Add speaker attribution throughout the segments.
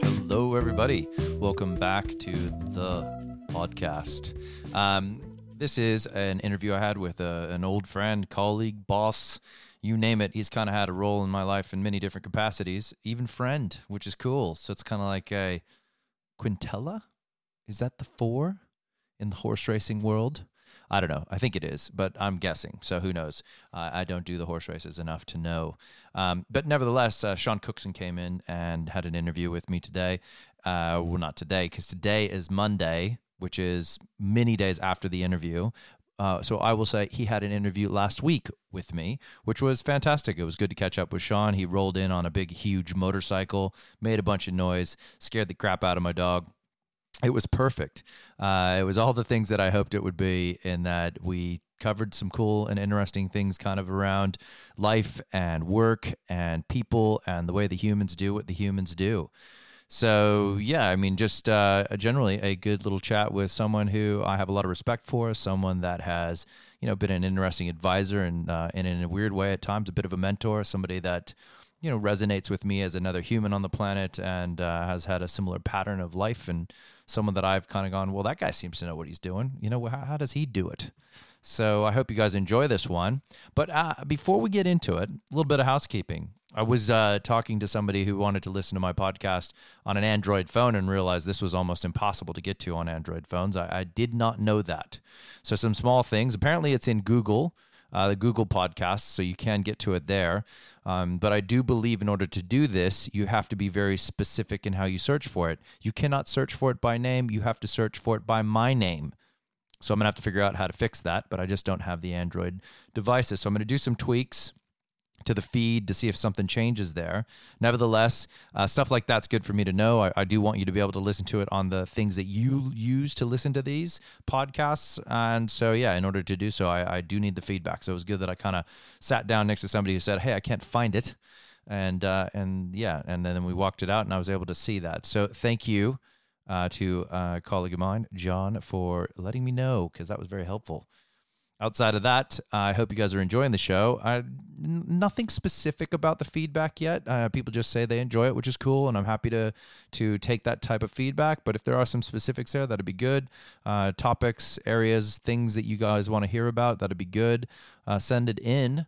Speaker 1: Hello, everybody. Welcome back to the podcast. Um, this is an interview I had with a, an old friend, colleague, boss, you name it. He's kind of had a role in my life in many different capacities, even friend, which is cool. So it's kind of like a quintella. Is that the four in the horse racing world? I don't know. I think it is, but I'm guessing. So who knows? Uh, I don't do the horse races enough to know. Um, but nevertheless, uh, Sean Cookson came in and had an interview with me today. Uh, well, not today, because today is Monday, which is many days after the interview. Uh, so I will say he had an interview last week with me, which was fantastic. It was good to catch up with Sean. He rolled in on a big, huge motorcycle, made a bunch of noise, scared the crap out of my dog it was perfect. Uh, it was all the things that I hoped it would be, in that we covered some cool and interesting things kind of around life and work and people and the way the humans do what the humans do. So, yeah, I mean, just uh, generally a good little chat with someone who I have a lot of respect for, someone that has, you know, been an interesting advisor and, uh, and in a weird way at times, a bit of a mentor, somebody that, you know, resonates with me as another human on the planet and uh, has had a similar pattern of life and someone that I've kind of gone, well, that guy seems to know what he's doing. You know, how, how does he do it? So I hope you guys enjoy this one. But uh, before we get into it, a little bit of housekeeping. I was uh, talking to somebody who wanted to listen to my podcast on an Android phone and realized this was almost impossible to get to on Android phones. I, I did not know that. So, some small things. Apparently, it's in Google uh, the Google Podcasts, so you can get to it there. Um, but I do believe in order to do this, you have to be very specific in how you search for it. You cannot search for it by name, you have to search for it by my name. So I'm going to have to figure out how to fix that, but I just don't have the Android devices. So I'm going to do some tweaks to the feed to see if something changes there. Nevertheless, uh, stuff like that's good for me to know. I, I do want you to be able to listen to it on the things that you use to listen to these podcasts. And so, yeah, in order to do so, I, I do need the feedback. So it was good that I kind of sat down next to somebody who said, "Hey, I can't find it," and uh, and yeah, and then we walked it out, and I was able to see that. So thank you uh, to a colleague of mine, John, for letting me know because that was very helpful. Outside of that, I hope you guys are enjoying the show. I, n- nothing specific about the feedback yet. Uh, people just say they enjoy it, which is cool, and I'm happy to to take that type of feedback. But if there are some specifics there, that'd be good. Uh, topics, areas, things that you guys want to hear about, that'd be good. Uh, send it in.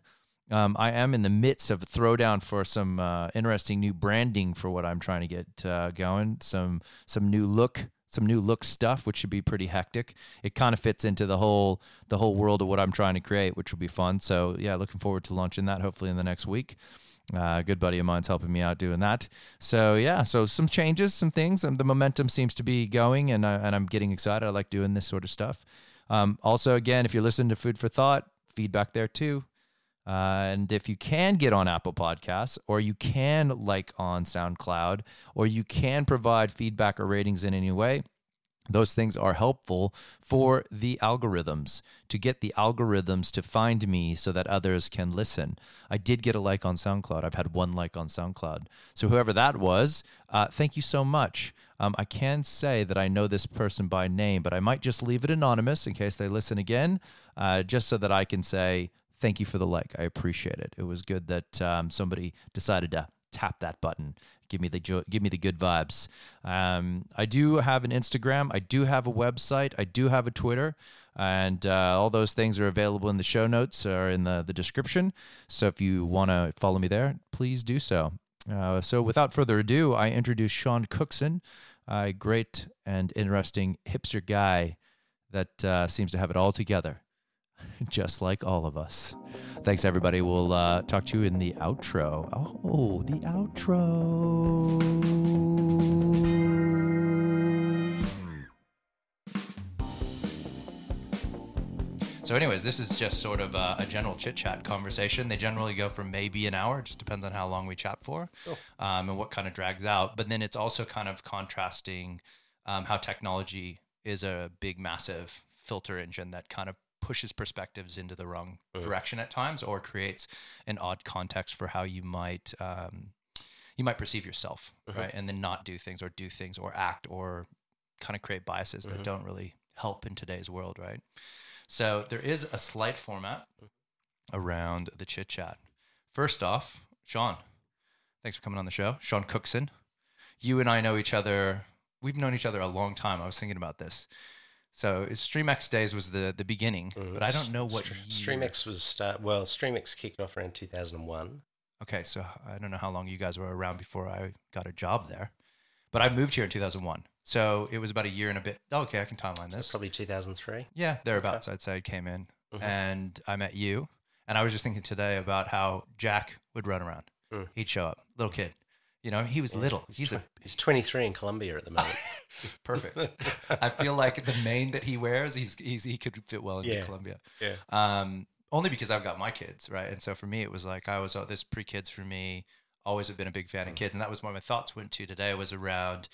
Speaker 1: Um, I am in the midst of a throwdown for some uh, interesting new branding for what I'm trying to get uh, going. Some some new look, some new look stuff, which should be pretty hectic. It kind of fits into the whole the whole world of what I'm trying to create, which will be fun. So yeah, looking forward to launching that hopefully in the next week. Uh, a good buddy of mine's helping me out doing that. So yeah, so some changes, some things. Um, the momentum seems to be going, and I, and I'm getting excited. I like doing this sort of stuff. Um, also, again, if you're listening to Food for Thought, feedback there too. Uh, and if you can get on Apple Podcasts, or you can like on SoundCloud, or you can provide feedback or ratings in any way, those things are helpful for the algorithms to get the algorithms to find me so that others can listen. I did get a like on SoundCloud. I've had one like on SoundCloud. So, whoever that was, uh, thank you so much. Um, I can say that I know this person by name, but I might just leave it anonymous in case they listen again, uh, just so that I can say, thank you for the like. I appreciate it. It was good that um, somebody decided to tap that button. Give me the jo- give me the good vibes. Um, I do have an Instagram. I do have a website. I do have a Twitter, and uh, all those things are available in the show notes or in the the description. So if you want to follow me there, please do so. Uh, so without further ado, I introduce Sean Cookson, a great and interesting hipster guy that uh, seems to have it all together just like all of us. Thanks, everybody. We'll uh, talk to you in the outro. Oh, the outro. So, anyways, this is just sort of uh, a, a general chit chat conversation. They generally go for maybe an hour, just depends on how long we chat for um, and what kind of drags out. But then it's also kind of contrasting um, how technology is a big, massive filter engine that kind of pushes perspectives into the wrong direction at times or creates an odd context for how you might. Um, you might perceive yourself, right? And then not do things or do things or act or kind of create biases that don't really help in today's world, right? So there is a slight format around the chit chat. First off, Sean, thanks for coming on the show. Sean Cookson, you and I know each other. We've known each other a long time. I was thinking about this. So it's StreamX days was the the beginning,
Speaker 2: Mm,
Speaker 1: but I
Speaker 2: s-
Speaker 1: don't know what
Speaker 2: Str-
Speaker 1: year.
Speaker 2: StreamX was start. Well, StreamX kicked off around 2001.
Speaker 1: Okay, so I don't know how long you guys were around before I got a job there, but I moved here in 2001. So it was about a year and a bit. oh, Okay, I can timeline
Speaker 2: So
Speaker 1: this.
Speaker 2: probably 2003.
Speaker 1: Yeah, thereabouts. I'd say I came in
Speaker 2: Mhm.
Speaker 1: and I met you. And I was just thinking today about how Jack would run around.
Speaker 2: Mm.
Speaker 1: He'd show up, little kid. You know, he was little. He's,
Speaker 2: He's,
Speaker 1: a
Speaker 2: tw- he's 23 in Colombia at the moment.
Speaker 1: perfect. I feel like the mane that he wears, he's, he's he could fit well into
Speaker 2: Yeah.
Speaker 1: Columbia.
Speaker 2: Yeah.
Speaker 1: Um, only because I've got my kids, right? And so for me, it was like I was oh, this pre kids for me. Always have been a big fan of
Speaker 2: Mm.
Speaker 1: kids, and that was where my thoughts went to today. Was around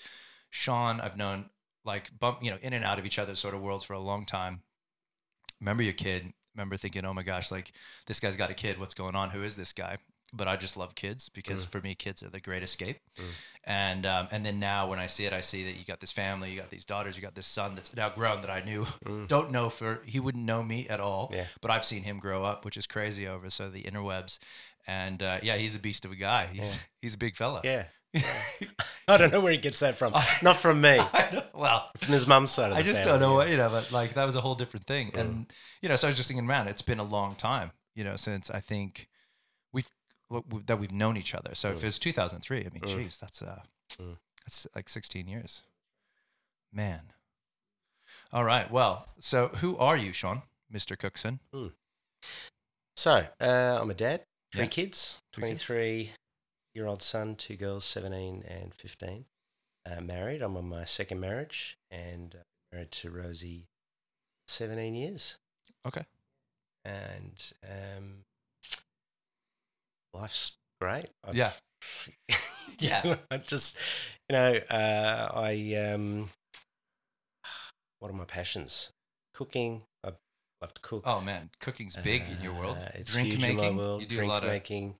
Speaker 1: Sean. I've known like bump, you know, in and out of each other's sort of worlds for a long time. Remember your kid. Remember thinking, oh my gosh, like this guy's got a kid. What's going on? Who is this guy? But I just love kids
Speaker 2: Mm.
Speaker 1: because for me, kids are the great escape. And um, and then now when I see it, I see that you got this family, you got these daughters, you got this son that's now grown that I knew don't know for he wouldn't know me at all.
Speaker 2: Mm. Yeah.
Speaker 1: But I've seen him grow up, which is crazy over so the interwebs. And uh, yeah, he's a beast of a guy. He's he's a big fella.
Speaker 2: yeah. I don't know where he gets that from. Not from me.
Speaker 1: I know. Well,
Speaker 2: From his mum's side of the
Speaker 1: I just
Speaker 2: family.
Speaker 1: don't know what you know, but like that was a whole different thing. And you know, so I was just thinking, man, it's been a long time, you know, since I think we've what we- that we've known each other. So if it was 2003, I mean, jeez, geez, that's uh,
Speaker 2: Mm.
Speaker 1: that's like 16 years, man. All right, well, so who are you, Sean, Mister Cookson?
Speaker 2: So uh, I'm a dad, three
Speaker 1: Yeah.
Speaker 2: kids,
Speaker 1: Three kids.
Speaker 2: 23 year old son, two girls, 17 and 15. Uh, married. I'm on my second marriage and uh, married to Rosie, 17 years.
Speaker 1: Okay.
Speaker 2: And um, life's great.
Speaker 1: Yeah. Yeah.
Speaker 2: I just, you know, uh, I, um, what are my passions? Cooking. I love to cook.
Speaker 1: Oh man, cooking's big in your world.
Speaker 2: Uh, it's
Speaker 1: Drink
Speaker 2: huge
Speaker 1: making,
Speaker 2: in my world.
Speaker 1: you do
Speaker 2: Drink
Speaker 1: a lot of
Speaker 2: making,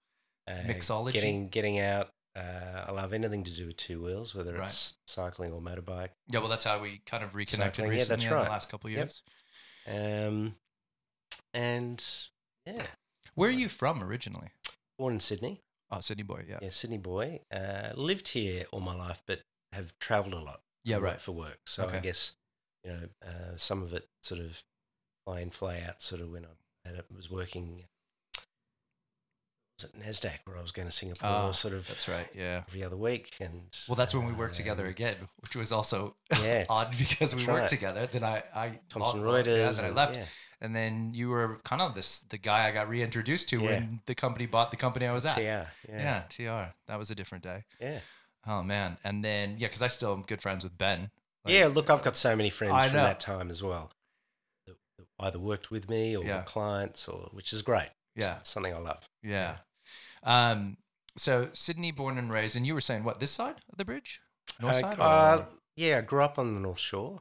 Speaker 2: uh,
Speaker 1: mixology?
Speaker 2: Getting getting out. Uh, I love anything to do with two wheels, whether
Speaker 1: Right.
Speaker 2: it's cycling or motorbike.
Speaker 1: yeah. Well, that's how we kind of reconnected
Speaker 2: Cycling, yeah, that's
Speaker 1: recently in the
Speaker 2: right.
Speaker 1: last couple
Speaker 2: Yep.
Speaker 1: years.
Speaker 2: Um, and yeah,
Speaker 1: Where are you from originally?
Speaker 2: born in Sydney.
Speaker 1: Oh, Sydney boy. Yeah.
Speaker 2: Yeah, Sydney boy. Uh, lived here all my life, but have travelled a lot.
Speaker 1: Yeah.
Speaker 2: to work
Speaker 1: Right.
Speaker 2: for work. So
Speaker 1: Okay.
Speaker 2: I guess you know uh, some of it sort of fly in, fly out. Sort of when I had it, was working. Was it Nasdaq where I was going to Singapore?
Speaker 1: Ah,
Speaker 2: sort of
Speaker 1: That's right. Yeah.
Speaker 2: every other week, and
Speaker 1: Well, that's when we worked
Speaker 2: um,
Speaker 1: together again, which was also
Speaker 2: Yeah,
Speaker 1: odd because we
Speaker 2: That's
Speaker 1: worked
Speaker 2: right.
Speaker 1: together. Then I, I
Speaker 2: Thomson
Speaker 1: lo- lo-
Speaker 2: Reuters,
Speaker 1: yeah, then I
Speaker 2: and-
Speaker 1: left,
Speaker 2: yeah,
Speaker 1: and then you were kind of this the guy I got reintroduced to
Speaker 2: Yeah.
Speaker 1: when the company bought the company I was at.
Speaker 2: TR, yeah,
Speaker 1: Yeah, TR. That was a different day.
Speaker 2: yeah,
Speaker 1: Oh man, and then yeah, because I still am good friends with Ben. Like,
Speaker 2: yeah. Look, I've got so many friends
Speaker 1: I
Speaker 2: from
Speaker 1: know.
Speaker 2: that time as well. that- that Either worked with me or were
Speaker 1: Yeah.
Speaker 2: clients, or which is great.
Speaker 1: yeah,
Speaker 2: it's something I love.
Speaker 1: yeah. Um, so Sydney, born and raised, and you were saying what this side of the bridge, north
Speaker 2: Uh,
Speaker 1: side?
Speaker 2: uh,
Speaker 1: or-
Speaker 2: yeah, I grew up on the North Shore.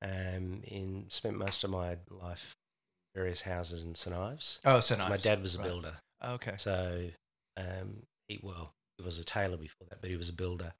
Speaker 2: Um, in spent most of my life various houses in St Ives.
Speaker 1: oh, so
Speaker 2: 'Cause My
Speaker 1: nice.
Speaker 2: dad was a
Speaker 1: Right.
Speaker 2: builder,
Speaker 1: Okay.
Speaker 2: so um, he well, he was a tailor before that, but he was a builder,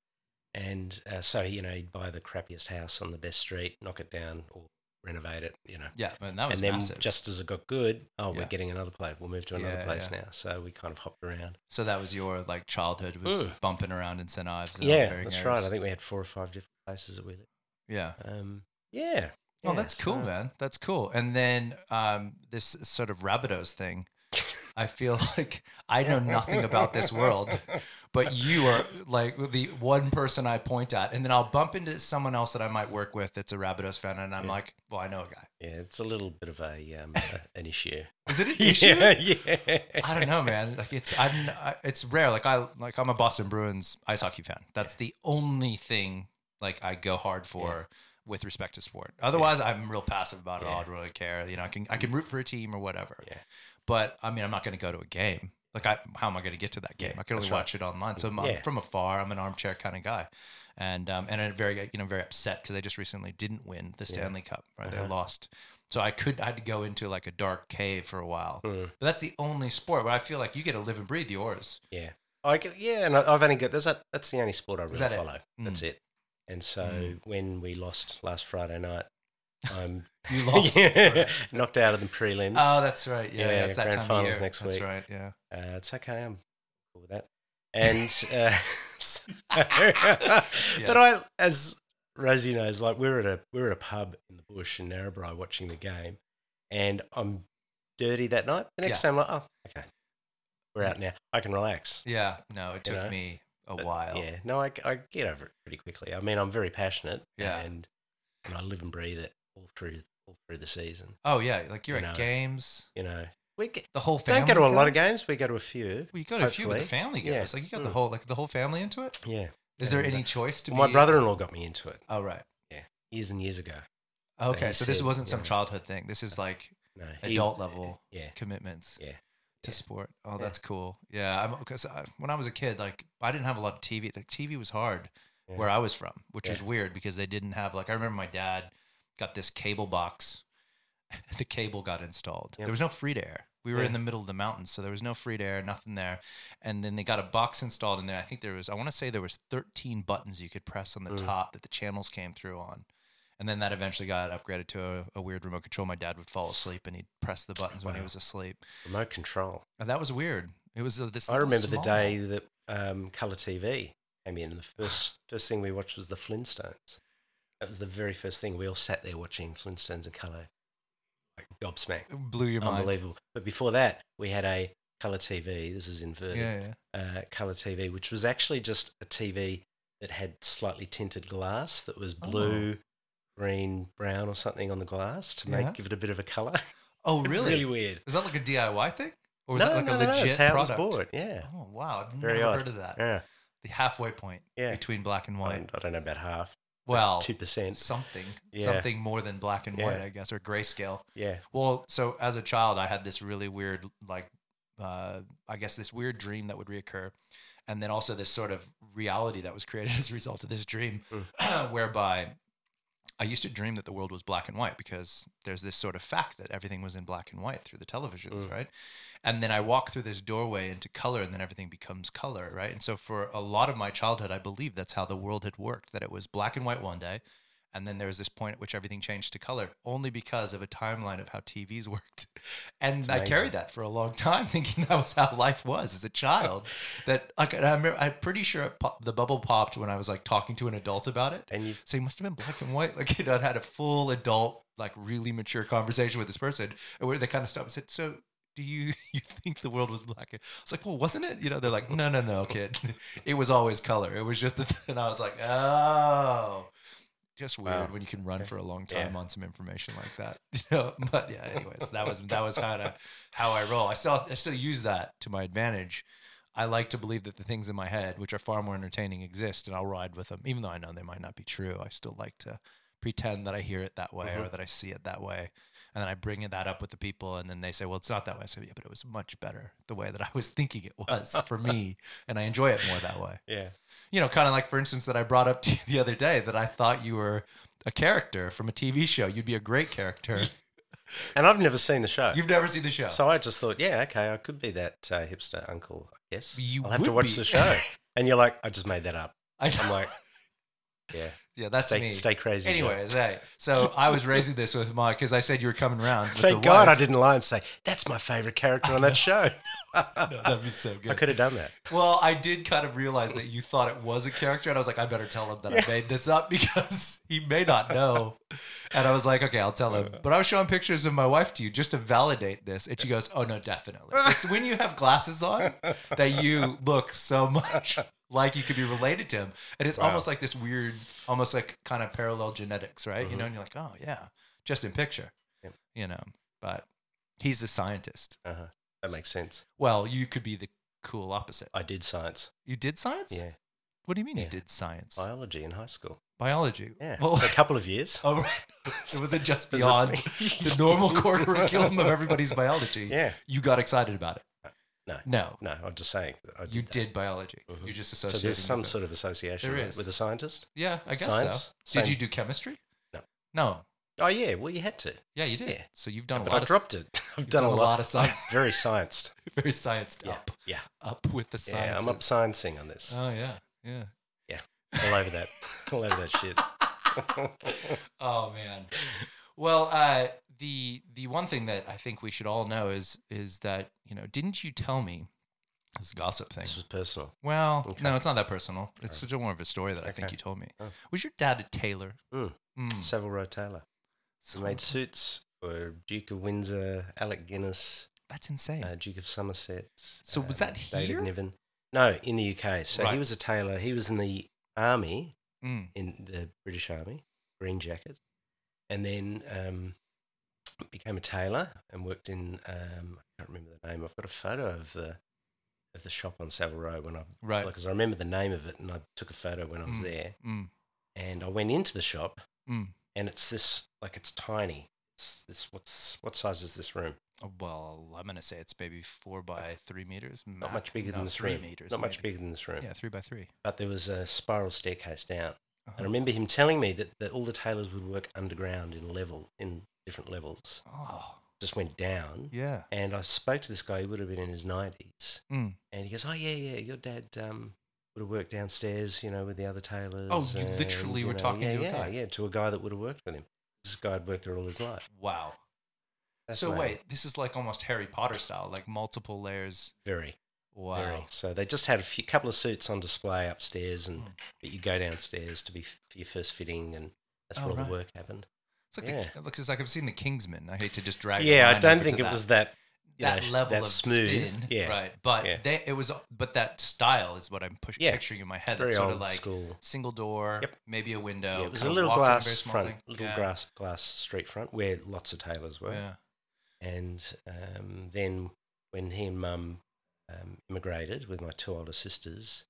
Speaker 2: and uh, so you know he'd buy the crappiest house on the best street, knock it down, or renovate it, you know.
Speaker 1: Yeah, man, that was
Speaker 2: And then
Speaker 1: massive.
Speaker 2: just as it got good, oh,
Speaker 1: Yeah.
Speaker 2: we're getting another place. We'll move to another
Speaker 1: Yeah,
Speaker 2: place now. So we kind of hopped around.
Speaker 1: So that was your like childhood was
Speaker 2: Ooh.
Speaker 1: bumping around in St. Ives. and
Speaker 2: yeah,
Speaker 1: Albury
Speaker 2: that's
Speaker 1: areas.
Speaker 2: right. I think we had four or five different places that we lived.
Speaker 1: Yeah.
Speaker 2: Um, yeah.
Speaker 1: Oh,
Speaker 2: yeah,
Speaker 1: that's cool,
Speaker 2: so-
Speaker 1: man. That's cool. And then um, this sort of Rabbitohs thing. I feel like I know nothing about this world, but you are like the one person I point at, and then I'll bump into someone else that I might work with that's a Rabbitohs fan, and I'm
Speaker 2: Yeah.
Speaker 1: like, "Well, I know a guy."
Speaker 2: Yeah, it's a little bit of a um, a- an issue.
Speaker 1: Is it an issue?
Speaker 2: Yeah, yeah.
Speaker 1: I don't know, man. Like it's I'm I- it's rare. Like I like I'm a Boston Bruins ice hockey fan. That's the only thing like I go hard for with respect to sport. Otherwise, I'm real passive about it.
Speaker 2: Yeah.
Speaker 1: I don't really care. You know, I can I can root for a team or whatever.
Speaker 2: Yeah.
Speaker 1: But I mean, I'm not going to go to a game. Like, I how am I going to get to that game? I can only
Speaker 2: that's right.
Speaker 1: watch it online. So I'm, I'm
Speaker 2: Yeah.
Speaker 1: from afar. I'm an armchair kind of guy, and um, and I'm very you know very upset because they just recently didn't win the Stanley Cup. Right, they
Speaker 2: Uh-huh.
Speaker 1: lost. So I could I had to go into like a dark cave for a while.
Speaker 2: Mm,
Speaker 1: But that's the only sport where I feel like you get to live and breathe yours.
Speaker 2: yeah. I go, yeah, and I- I've only got that's that, that's the only sport I really
Speaker 1: that it?
Speaker 2: follow. That's it. And so
Speaker 1: Mm.
Speaker 2: when we lost last Friday night, I'm
Speaker 1: You lost.
Speaker 2: yeah, knocked out of the prelims.
Speaker 1: Oh, that's right. Yeah,
Speaker 2: Yeah,
Speaker 1: yeah, it's that
Speaker 2: grand
Speaker 1: time of
Speaker 2: finals
Speaker 1: year.
Speaker 2: next
Speaker 1: that's
Speaker 2: week.
Speaker 1: right. Yeah.
Speaker 2: uh, it's okay. I'm cool with that. And uh, so- but I, as Rosie knows, like we we're at a we we're at a pub in the bush in Narrabri watching the game, and I'm dirty that night. The next day, I'm like, oh, okay, we're out now. I can relax.
Speaker 1: Yeah, no, it
Speaker 2: You
Speaker 1: took
Speaker 2: know?
Speaker 1: me a
Speaker 2: But,
Speaker 1: while.
Speaker 2: Uh, Yeah, no, I, I get over it pretty quickly. I mean, I'm very passionate.
Speaker 1: Yeah.
Speaker 2: and and I live and breathe it all through all through the season.
Speaker 1: Oh yeah, like you're
Speaker 2: You
Speaker 1: at
Speaker 2: know.
Speaker 1: games.
Speaker 2: You know, we g
Speaker 1: The whole family
Speaker 2: don't go to a lot of
Speaker 1: goes?
Speaker 2: games. We go to a few.
Speaker 1: Well, you go to a few, but the
Speaker 2: Hopefully.
Speaker 1: family goes.
Speaker 2: Yeah.
Speaker 1: Like you got the
Speaker 2: Mm.
Speaker 1: whole like the whole family into it.
Speaker 2: Yeah,
Speaker 1: Is there
Speaker 2: And, uh,
Speaker 1: any choice to
Speaker 2: my
Speaker 1: be-
Speaker 2: brother-in-law got me into it
Speaker 1: Oh right.
Speaker 2: years and years ago. So
Speaker 1: Okay,
Speaker 2: he
Speaker 1: so, this
Speaker 2: said,
Speaker 1: wasn't some
Speaker 2: yeah.
Speaker 1: childhood thing. This is like
Speaker 2: No,
Speaker 1: Adult level.
Speaker 2: Yeah,
Speaker 1: commitments
Speaker 2: Yeah.
Speaker 1: to
Speaker 2: Yeah.
Speaker 1: sport. Oh,
Speaker 2: Yeah.
Speaker 1: that's cool. Yeah, I'm because when I was a kid, like I didn't have a lot of TV. Like TV was hard
Speaker 2: Yeah.
Speaker 1: where I was from, which
Speaker 2: Yeah.
Speaker 1: was weird because they didn't have like I remember my dad got this cable box. the cable got installed.
Speaker 2: Yeah.
Speaker 1: There was no free to air. We were in
Speaker 2: Yeah.
Speaker 1: the middle of the mountains, so there was no free to air, nothing there. And then they got a box installed in there. I think there was I want to say there was 13 buttons you could press on the
Speaker 2: Mm.
Speaker 1: top that the channels came through on. And then that eventually got upgraded to a, a weird remote control. My dad would fall asleep and he'd press the buttons when he
Speaker 2: Wow.
Speaker 1: was asleep.
Speaker 2: remote control.
Speaker 1: And that was weird. It was uh, this.
Speaker 2: I
Speaker 1: little
Speaker 2: remember the
Speaker 1: small-
Speaker 2: day that um, color TV came in. The first first thing we watched was the Flintstones. That was the very first thing we all sat there watching Flintstones in color, like gobsmacked.
Speaker 1: It blew your mind.
Speaker 2: unbelievable. But before that, we had a color TV. This is inverted
Speaker 1: Yeah, yeah.
Speaker 2: uh, color TV, which was actually just a TV that had slightly tinted glass that
Speaker 1: Oh,
Speaker 2: was blue, green, brown, or something on the glass to make
Speaker 1: Yeah.
Speaker 2: give it a bit of a color.
Speaker 1: Oh, really?
Speaker 2: really weird.
Speaker 1: Is that like a DIY thing, or was
Speaker 2: no,
Speaker 1: that like
Speaker 2: no,
Speaker 1: a
Speaker 2: no,
Speaker 1: legit
Speaker 2: no. It's how
Speaker 1: product?
Speaker 2: it was bought. Yeah,
Speaker 1: Oh wow, I've
Speaker 2: Very
Speaker 1: never
Speaker 2: odd.
Speaker 1: heard of that.
Speaker 2: yeah.
Speaker 1: The halfway point
Speaker 2: Yeah.
Speaker 1: between black and
Speaker 2: I
Speaker 1: white.
Speaker 2: don't- I don't know about half.
Speaker 1: well,
Speaker 2: two percent.
Speaker 1: something,
Speaker 2: Yeah.
Speaker 1: something more than black and white,
Speaker 2: Yeah.
Speaker 1: I guess, or grayscale.
Speaker 2: Yeah,
Speaker 1: Well, so as a child, I had this really weird, like, uh, I guess this weird dream that would reoccur. And then also this sort of reality that was created as a result of this dream, whereby I used to dream that the world was black and white because there's this sort of fact that everything was in black and white through the televisions,
Speaker 2: Mm.
Speaker 1: right? And then I walk through this doorway into color and then everything becomes color, right? And so for a lot of my childhood, I believed that's how the world had worked, that it was black and white one day and then there was this point at which everything changed to color only because of a timeline of how TVs worked. And I
Speaker 2: amazing.
Speaker 1: carried that for a long time, thinking that was how life was as a child. that like, and I remember, I'm pretty sure it pop, the bubble popped when I was like talking to an adult about it.
Speaker 2: and you've
Speaker 1: So he must have been black and white. Like, you know, I'd had a full adult, like really mature conversation with this person and where they kind of stopped and said, so do you, you think the world was black? and-" I was like, well, wasn't it? You know, they're like, no, no, no, kid. It was always color. It was just the, th-" and I was like, oh, just weird
Speaker 2: Wow.
Speaker 1: when you can run
Speaker 2: Okay.
Speaker 1: for a long time
Speaker 2: Yeah.
Speaker 1: on some information like that, you know? But yeah, anyways, that was, that was how to, how I roll. I still, I still use that to my advantage. I like to believe that the things in my head, which are far more entertaining, exist, and I'll ride with them, even though I know they might not be true. I still like to pretend that I hear it that way or
Speaker 2: Mhm.
Speaker 1: that I see it that way, and then I bring it- that up with the people, and then they say, "Well, it's not that way." I say, "Yeah, but it was much better the way that I was thinking it was for me, and I enjoy it more that way."
Speaker 2: yeah.
Speaker 1: You know, kind of like, for instance, that I brought up to you the other day that I thought you were a character from a TV show. You'd be a great character.
Speaker 2: And I've never seen the show.
Speaker 1: You've never seen the show.
Speaker 2: So I just thought, yeah, okay, I could be that uh, hipster uncle. I guess
Speaker 1: You
Speaker 2: I'll have to
Speaker 1: would
Speaker 2: watch
Speaker 1: be.
Speaker 2: the show. And you're like, I just made that up.
Speaker 1: I
Speaker 2: I'm
Speaker 1: know.
Speaker 2: like, yeah,
Speaker 1: yeah, that's
Speaker 2: stay,
Speaker 1: me.
Speaker 2: stay crazy. Joe.
Speaker 1: Anyways, hey, so I was raising this with my because I said you were coming around. With
Speaker 2: thank
Speaker 1: the
Speaker 2: God I
Speaker 1: wife.
Speaker 2: didn't lie and say that's my favorite character on that show.
Speaker 1: No, that'd be so
Speaker 2: I
Speaker 1: good.
Speaker 2: could have done that.
Speaker 1: Well, I did kind of realize that you thought it was a character, and I was like, I better tell him that I made this up because he may not know. And I was like, okay, I'll tell him.
Speaker 2: Uh.
Speaker 1: But I was showing pictures of my wife to you just to validate this, and she goes, "Oh no, definitely." It's when you have glasses on that you look so much like you could be related to him, and it's
Speaker 2: Wow.
Speaker 1: almost like this weird, almost like kind of parallel genetics, right? You
Speaker 2: Mhm.
Speaker 1: know, and you're like, oh yeah, just in picture,
Speaker 2: Yep.
Speaker 1: you know. But he's a scientist.
Speaker 2: Uh-huh. That makes sense.
Speaker 1: Well, you could be the cool opposite.
Speaker 2: I did science.
Speaker 1: You did science?
Speaker 2: Yeah,
Speaker 1: What do you mean you
Speaker 2: Yeah.
Speaker 1: did science?
Speaker 2: biology in high school.
Speaker 1: Biology.
Speaker 2: Yeah,
Speaker 1: Well,
Speaker 2: for a couple of years.
Speaker 1: oh, right. it wasn't just
Speaker 2: Was it
Speaker 1: beyond
Speaker 2: me?
Speaker 1: the normal core curriculum of everybody's biology.
Speaker 2: Yeah,
Speaker 1: You got excited about it.
Speaker 2: No.
Speaker 1: No.
Speaker 2: no, I'm just saying. that I
Speaker 1: you
Speaker 2: that.
Speaker 1: did biology.
Speaker 2: Mhm.
Speaker 1: You just
Speaker 2: So
Speaker 1: associated.
Speaker 2: there's some sort of association
Speaker 1: There
Speaker 2: with-
Speaker 1: is.
Speaker 2: with a scientist.
Speaker 1: Yeah, I guess
Speaker 2: Science.
Speaker 1: so. Did
Speaker 2: Same.
Speaker 1: you do chemistry?
Speaker 2: No.
Speaker 1: No.
Speaker 2: Oh yeah, well you had to.
Speaker 1: Yeah, you did.
Speaker 2: Yeah.
Speaker 1: So you've done a
Speaker 2: but
Speaker 1: lot
Speaker 2: I
Speaker 1: of
Speaker 2: dropped it. I've
Speaker 1: you've
Speaker 2: done, a lot.
Speaker 1: of
Speaker 2: I'm
Speaker 1: science.
Speaker 2: very scienced.
Speaker 1: Very scienced
Speaker 2: Yeah.
Speaker 1: up.
Speaker 2: Yeah.
Speaker 1: Up with the science.
Speaker 2: Yeah, I'm up sciencing on this.
Speaker 1: Oh yeah. Yeah.
Speaker 2: all over that. All over that shit.
Speaker 1: Oh man. Well, uh, the the one thing that I think we should all know is is that you know, didn't you tell me This gossip thing.
Speaker 2: This was personal.
Speaker 1: Well,
Speaker 2: Okay.
Speaker 1: no, it's not that personal. It's
Speaker 2: Alright.
Speaker 1: such a more of a story that I think
Speaker 2: Okay.
Speaker 1: you told me.
Speaker 2: Oh.
Speaker 1: Was your dad a tailor?
Speaker 2: Mm.
Speaker 1: Mm.
Speaker 2: Savile Row Taylor. He made
Speaker 1: So-
Speaker 2: suits for Duke of Windsor, Alec Guinness,
Speaker 1: That's insane.
Speaker 2: uh, Duke of Somerset. um,
Speaker 1: So was that here?
Speaker 2: David Niven. No, in the UK. So
Speaker 1: Right.
Speaker 2: he was a tailor. He was in the army,
Speaker 1: Mm.
Speaker 2: in the British Army, Green Jackets, and then um, became a tailor and worked in. Um, I can't remember the name. I've got a photo of the of the shop on Savile Row when I
Speaker 1: Right.
Speaker 2: because I remember the name of it and I took a photo when I was
Speaker 1: Mm.
Speaker 2: there
Speaker 1: Mm.
Speaker 2: and I went into the shop
Speaker 1: Mm.
Speaker 2: and it's this like it's tiny. It's this what's what size is this room?
Speaker 1: Oh, Well, I'm gonna say it's maybe four by three meters.
Speaker 2: Not much bigger than this
Speaker 1: three
Speaker 2: room.
Speaker 1: meters.
Speaker 2: Not much
Speaker 1: maybe.
Speaker 2: bigger than this room.
Speaker 1: Yeah, three by 3
Speaker 2: But there was a spiral staircase down.
Speaker 1: Uh-huh.
Speaker 2: And I remember him telling me that, that all the tailors would work underground in level in different levels.
Speaker 1: Oh,
Speaker 2: Just went down.
Speaker 1: yeah.
Speaker 2: And I spoke to this guy, he would have been in his 90s.
Speaker 1: Mm.
Speaker 2: And he goes, Oh, yeah, yeah, your dad um, would have worked downstairs, you know, with the other tailors.
Speaker 1: Oh, you
Speaker 2: and,
Speaker 1: literally were
Speaker 2: know,
Speaker 1: talking
Speaker 2: yeah,
Speaker 1: to a
Speaker 2: yeah,
Speaker 1: guy.
Speaker 2: Yeah, to a guy that would have worked with him. This guy had worked there all his life.
Speaker 1: Wow. so
Speaker 2: amazing.
Speaker 1: wait, this is like almost Harry Potter style, like multiple layers.
Speaker 2: Very,
Speaker 1: Wow.
Speaker 2: very. So they just had a few couple of suits on display upstairs,
Speaker 1: Hmm.
Speaker 2: and but you go downstairs to be f- for your first fitting, and that's where
Speaker 1: Oh,
Speaker 2: all
Speaker 1: right.
Speaker 2: the work happened.
Speaker 1: It's like
Speaker 2: Yeah.
Speaker 1: the, it looks it's like I've seen the Kingsman. I hate to just drag.
Speaker 2: yeah, I
Speaker 1: mine
Speaker 2: don't
Speaker 1: over to
Speaker 2: think it
Speaker 1: that.
Speaker 2: was that you
Speaker 1: that
Speaker 2: know,
Speaker 1: level
Speaker 2: that
Speaker 1: of
Speaker 2: smooth.
Speaker 1: spin,
Speaker 2: yeah,
Speaker 1: right. But
Speaker 2: yeah.
Speaker 1: they, it was, but that style is what I'm push,
Speaker 2: Yeah.
Speaker 1: picturing in my head.
Speaker 2: very
Speaker 1: It's sort
Speaker 2: old
Speaker 1: of like
Speaker 2: school.
Speaker 1: single door,
Speaker 2: Yep.
Speaker 1: maybe a window.
Speaker 2: Yeah, it was
Speaker 1: kind
Speaker 2: a
Speaker 1: of
Speaker 2: little
Speaker 1: walk-in, very
Speaker 2: glass
Speaker 1: small
Speaker 2: front,
Speaker 1: thing.
Speaker 2: little
Speaker 1: yeah.
Speaker 2: glass glass street front where lots of tailors were.
Speaker 1: Yeah.
Speaker 2: And um, then when he and Mum um, immigrated with my two older sisters,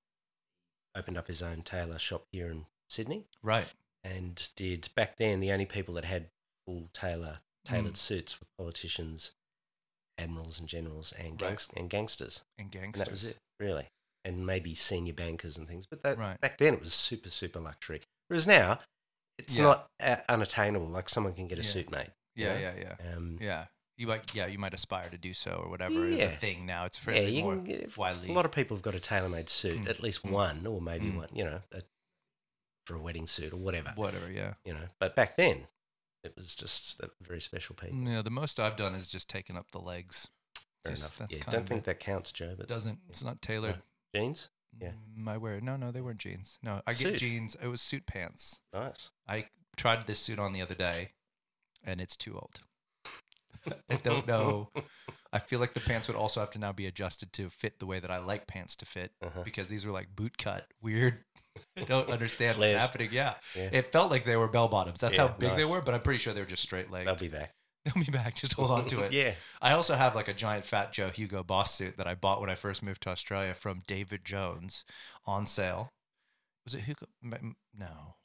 Speaker 2: opened up his own tailor shop here in Sydney.
Speaker 1: Right.
Speaker 2: and did back then the only people that had full tailor tailored
Speaker 1: Mm.
Speaker 2: suits were politicians, admirals and generals and
Speaker 1: Right.
Speaker 2: gangs- and gangsters.
Speaker 1: And
Speaker 2: And
Speaker 1: gangsters.
Speaker 2: that was it, really. And maybe senior bankers and things. But that,
Speaker 1: Right.
Speaker 2: back then it was super, super luxury. Whereas now it's
Speaker 1: Yeah.
Speaker 2: not uh, unattainable. Like someone can get a
Speaker 1: Yeah.
Speaker 2: suit made.
Speaker 1: Yeah,
Speaker 2: you
Speaker 1: yeah,
Speaker 2: know?
Speaker 1: yeah,
Speaker 2: Um,
Speaker 1: yeah. You might, yeah, you might aspire to do so or whatever is a
Speaker 2: Yeah.
Speaker 1: thing now. It's
Speaker 2: yeah,
Speaker 1: fairly
Speaker 2: you
Speaker 1: more
Speaker 2: can get,
Speaker 1: widely.
Speaker 2: a lot of people have got a tailor made suit,
Speaker 1: Mm.
Speaker 2: at least
Speaker 1: Mm.
Speaker 2: one or maybe
Speaker 1: Mm.
Speaker 2: one, you know, a, for a wedding suit or whatever.
Speaker 1: whatever. Yeah.
Speaker 2: you know. But back then, it was just a very special people.
Speaker 1: Mm, Yeah. The most I've done is just taken up the legs.
Speaker 2: Fair
Speaker 1: Just-
Speaker 2: enough.
Speaker 1: that's
Speaker 2: Yeah,
Speaker 1: kind
Speaker 2: don't
Speaker 1: of
Speaker 2: think
Speaker 1: it.
Speaker 2: that counts, Joe. But
Speaker 1: doesn't. It's not tailored.
Speaker 2: jeans, Yeah.
Speaker 1: Mm, I wear no, no, they weren't jeans. No, I get
Speaker 2: Suit.
Speaker 1: jeans. It was suit pants.
Speaker 2: nice.
Speaker 1: I tried this suit on the other day, and it's too old. I don't know. I feel like the pants would also have to now be adjusted to fit the way that I like pants to fit
Speaker 2: Uh-huh.
Speaker 1: because these were like boot cut, weird. I don't understand what's
Speaker 2: Flares.
Speaker 1: happening. Yeah.
Speaker 2: Yeah.
Speaker 1: It felt like they were bell bottoms. That's how
Speaker 2: Yeah,
Speaker 1: big they
Speaker 2: nice.
Speaker 1: were, but I'm pretty sure they were just straight legged.
Speaker 2: They'll be back.
Speaker 1: They'll be back. Just hold on to it.
Speaker 2: yeah.
Speaker 1: I also have like a giant Fat Joe Hugo Boss suit that I bought when I first moved to Australia from David Jones on sale. Was it Hugo? m- m- No.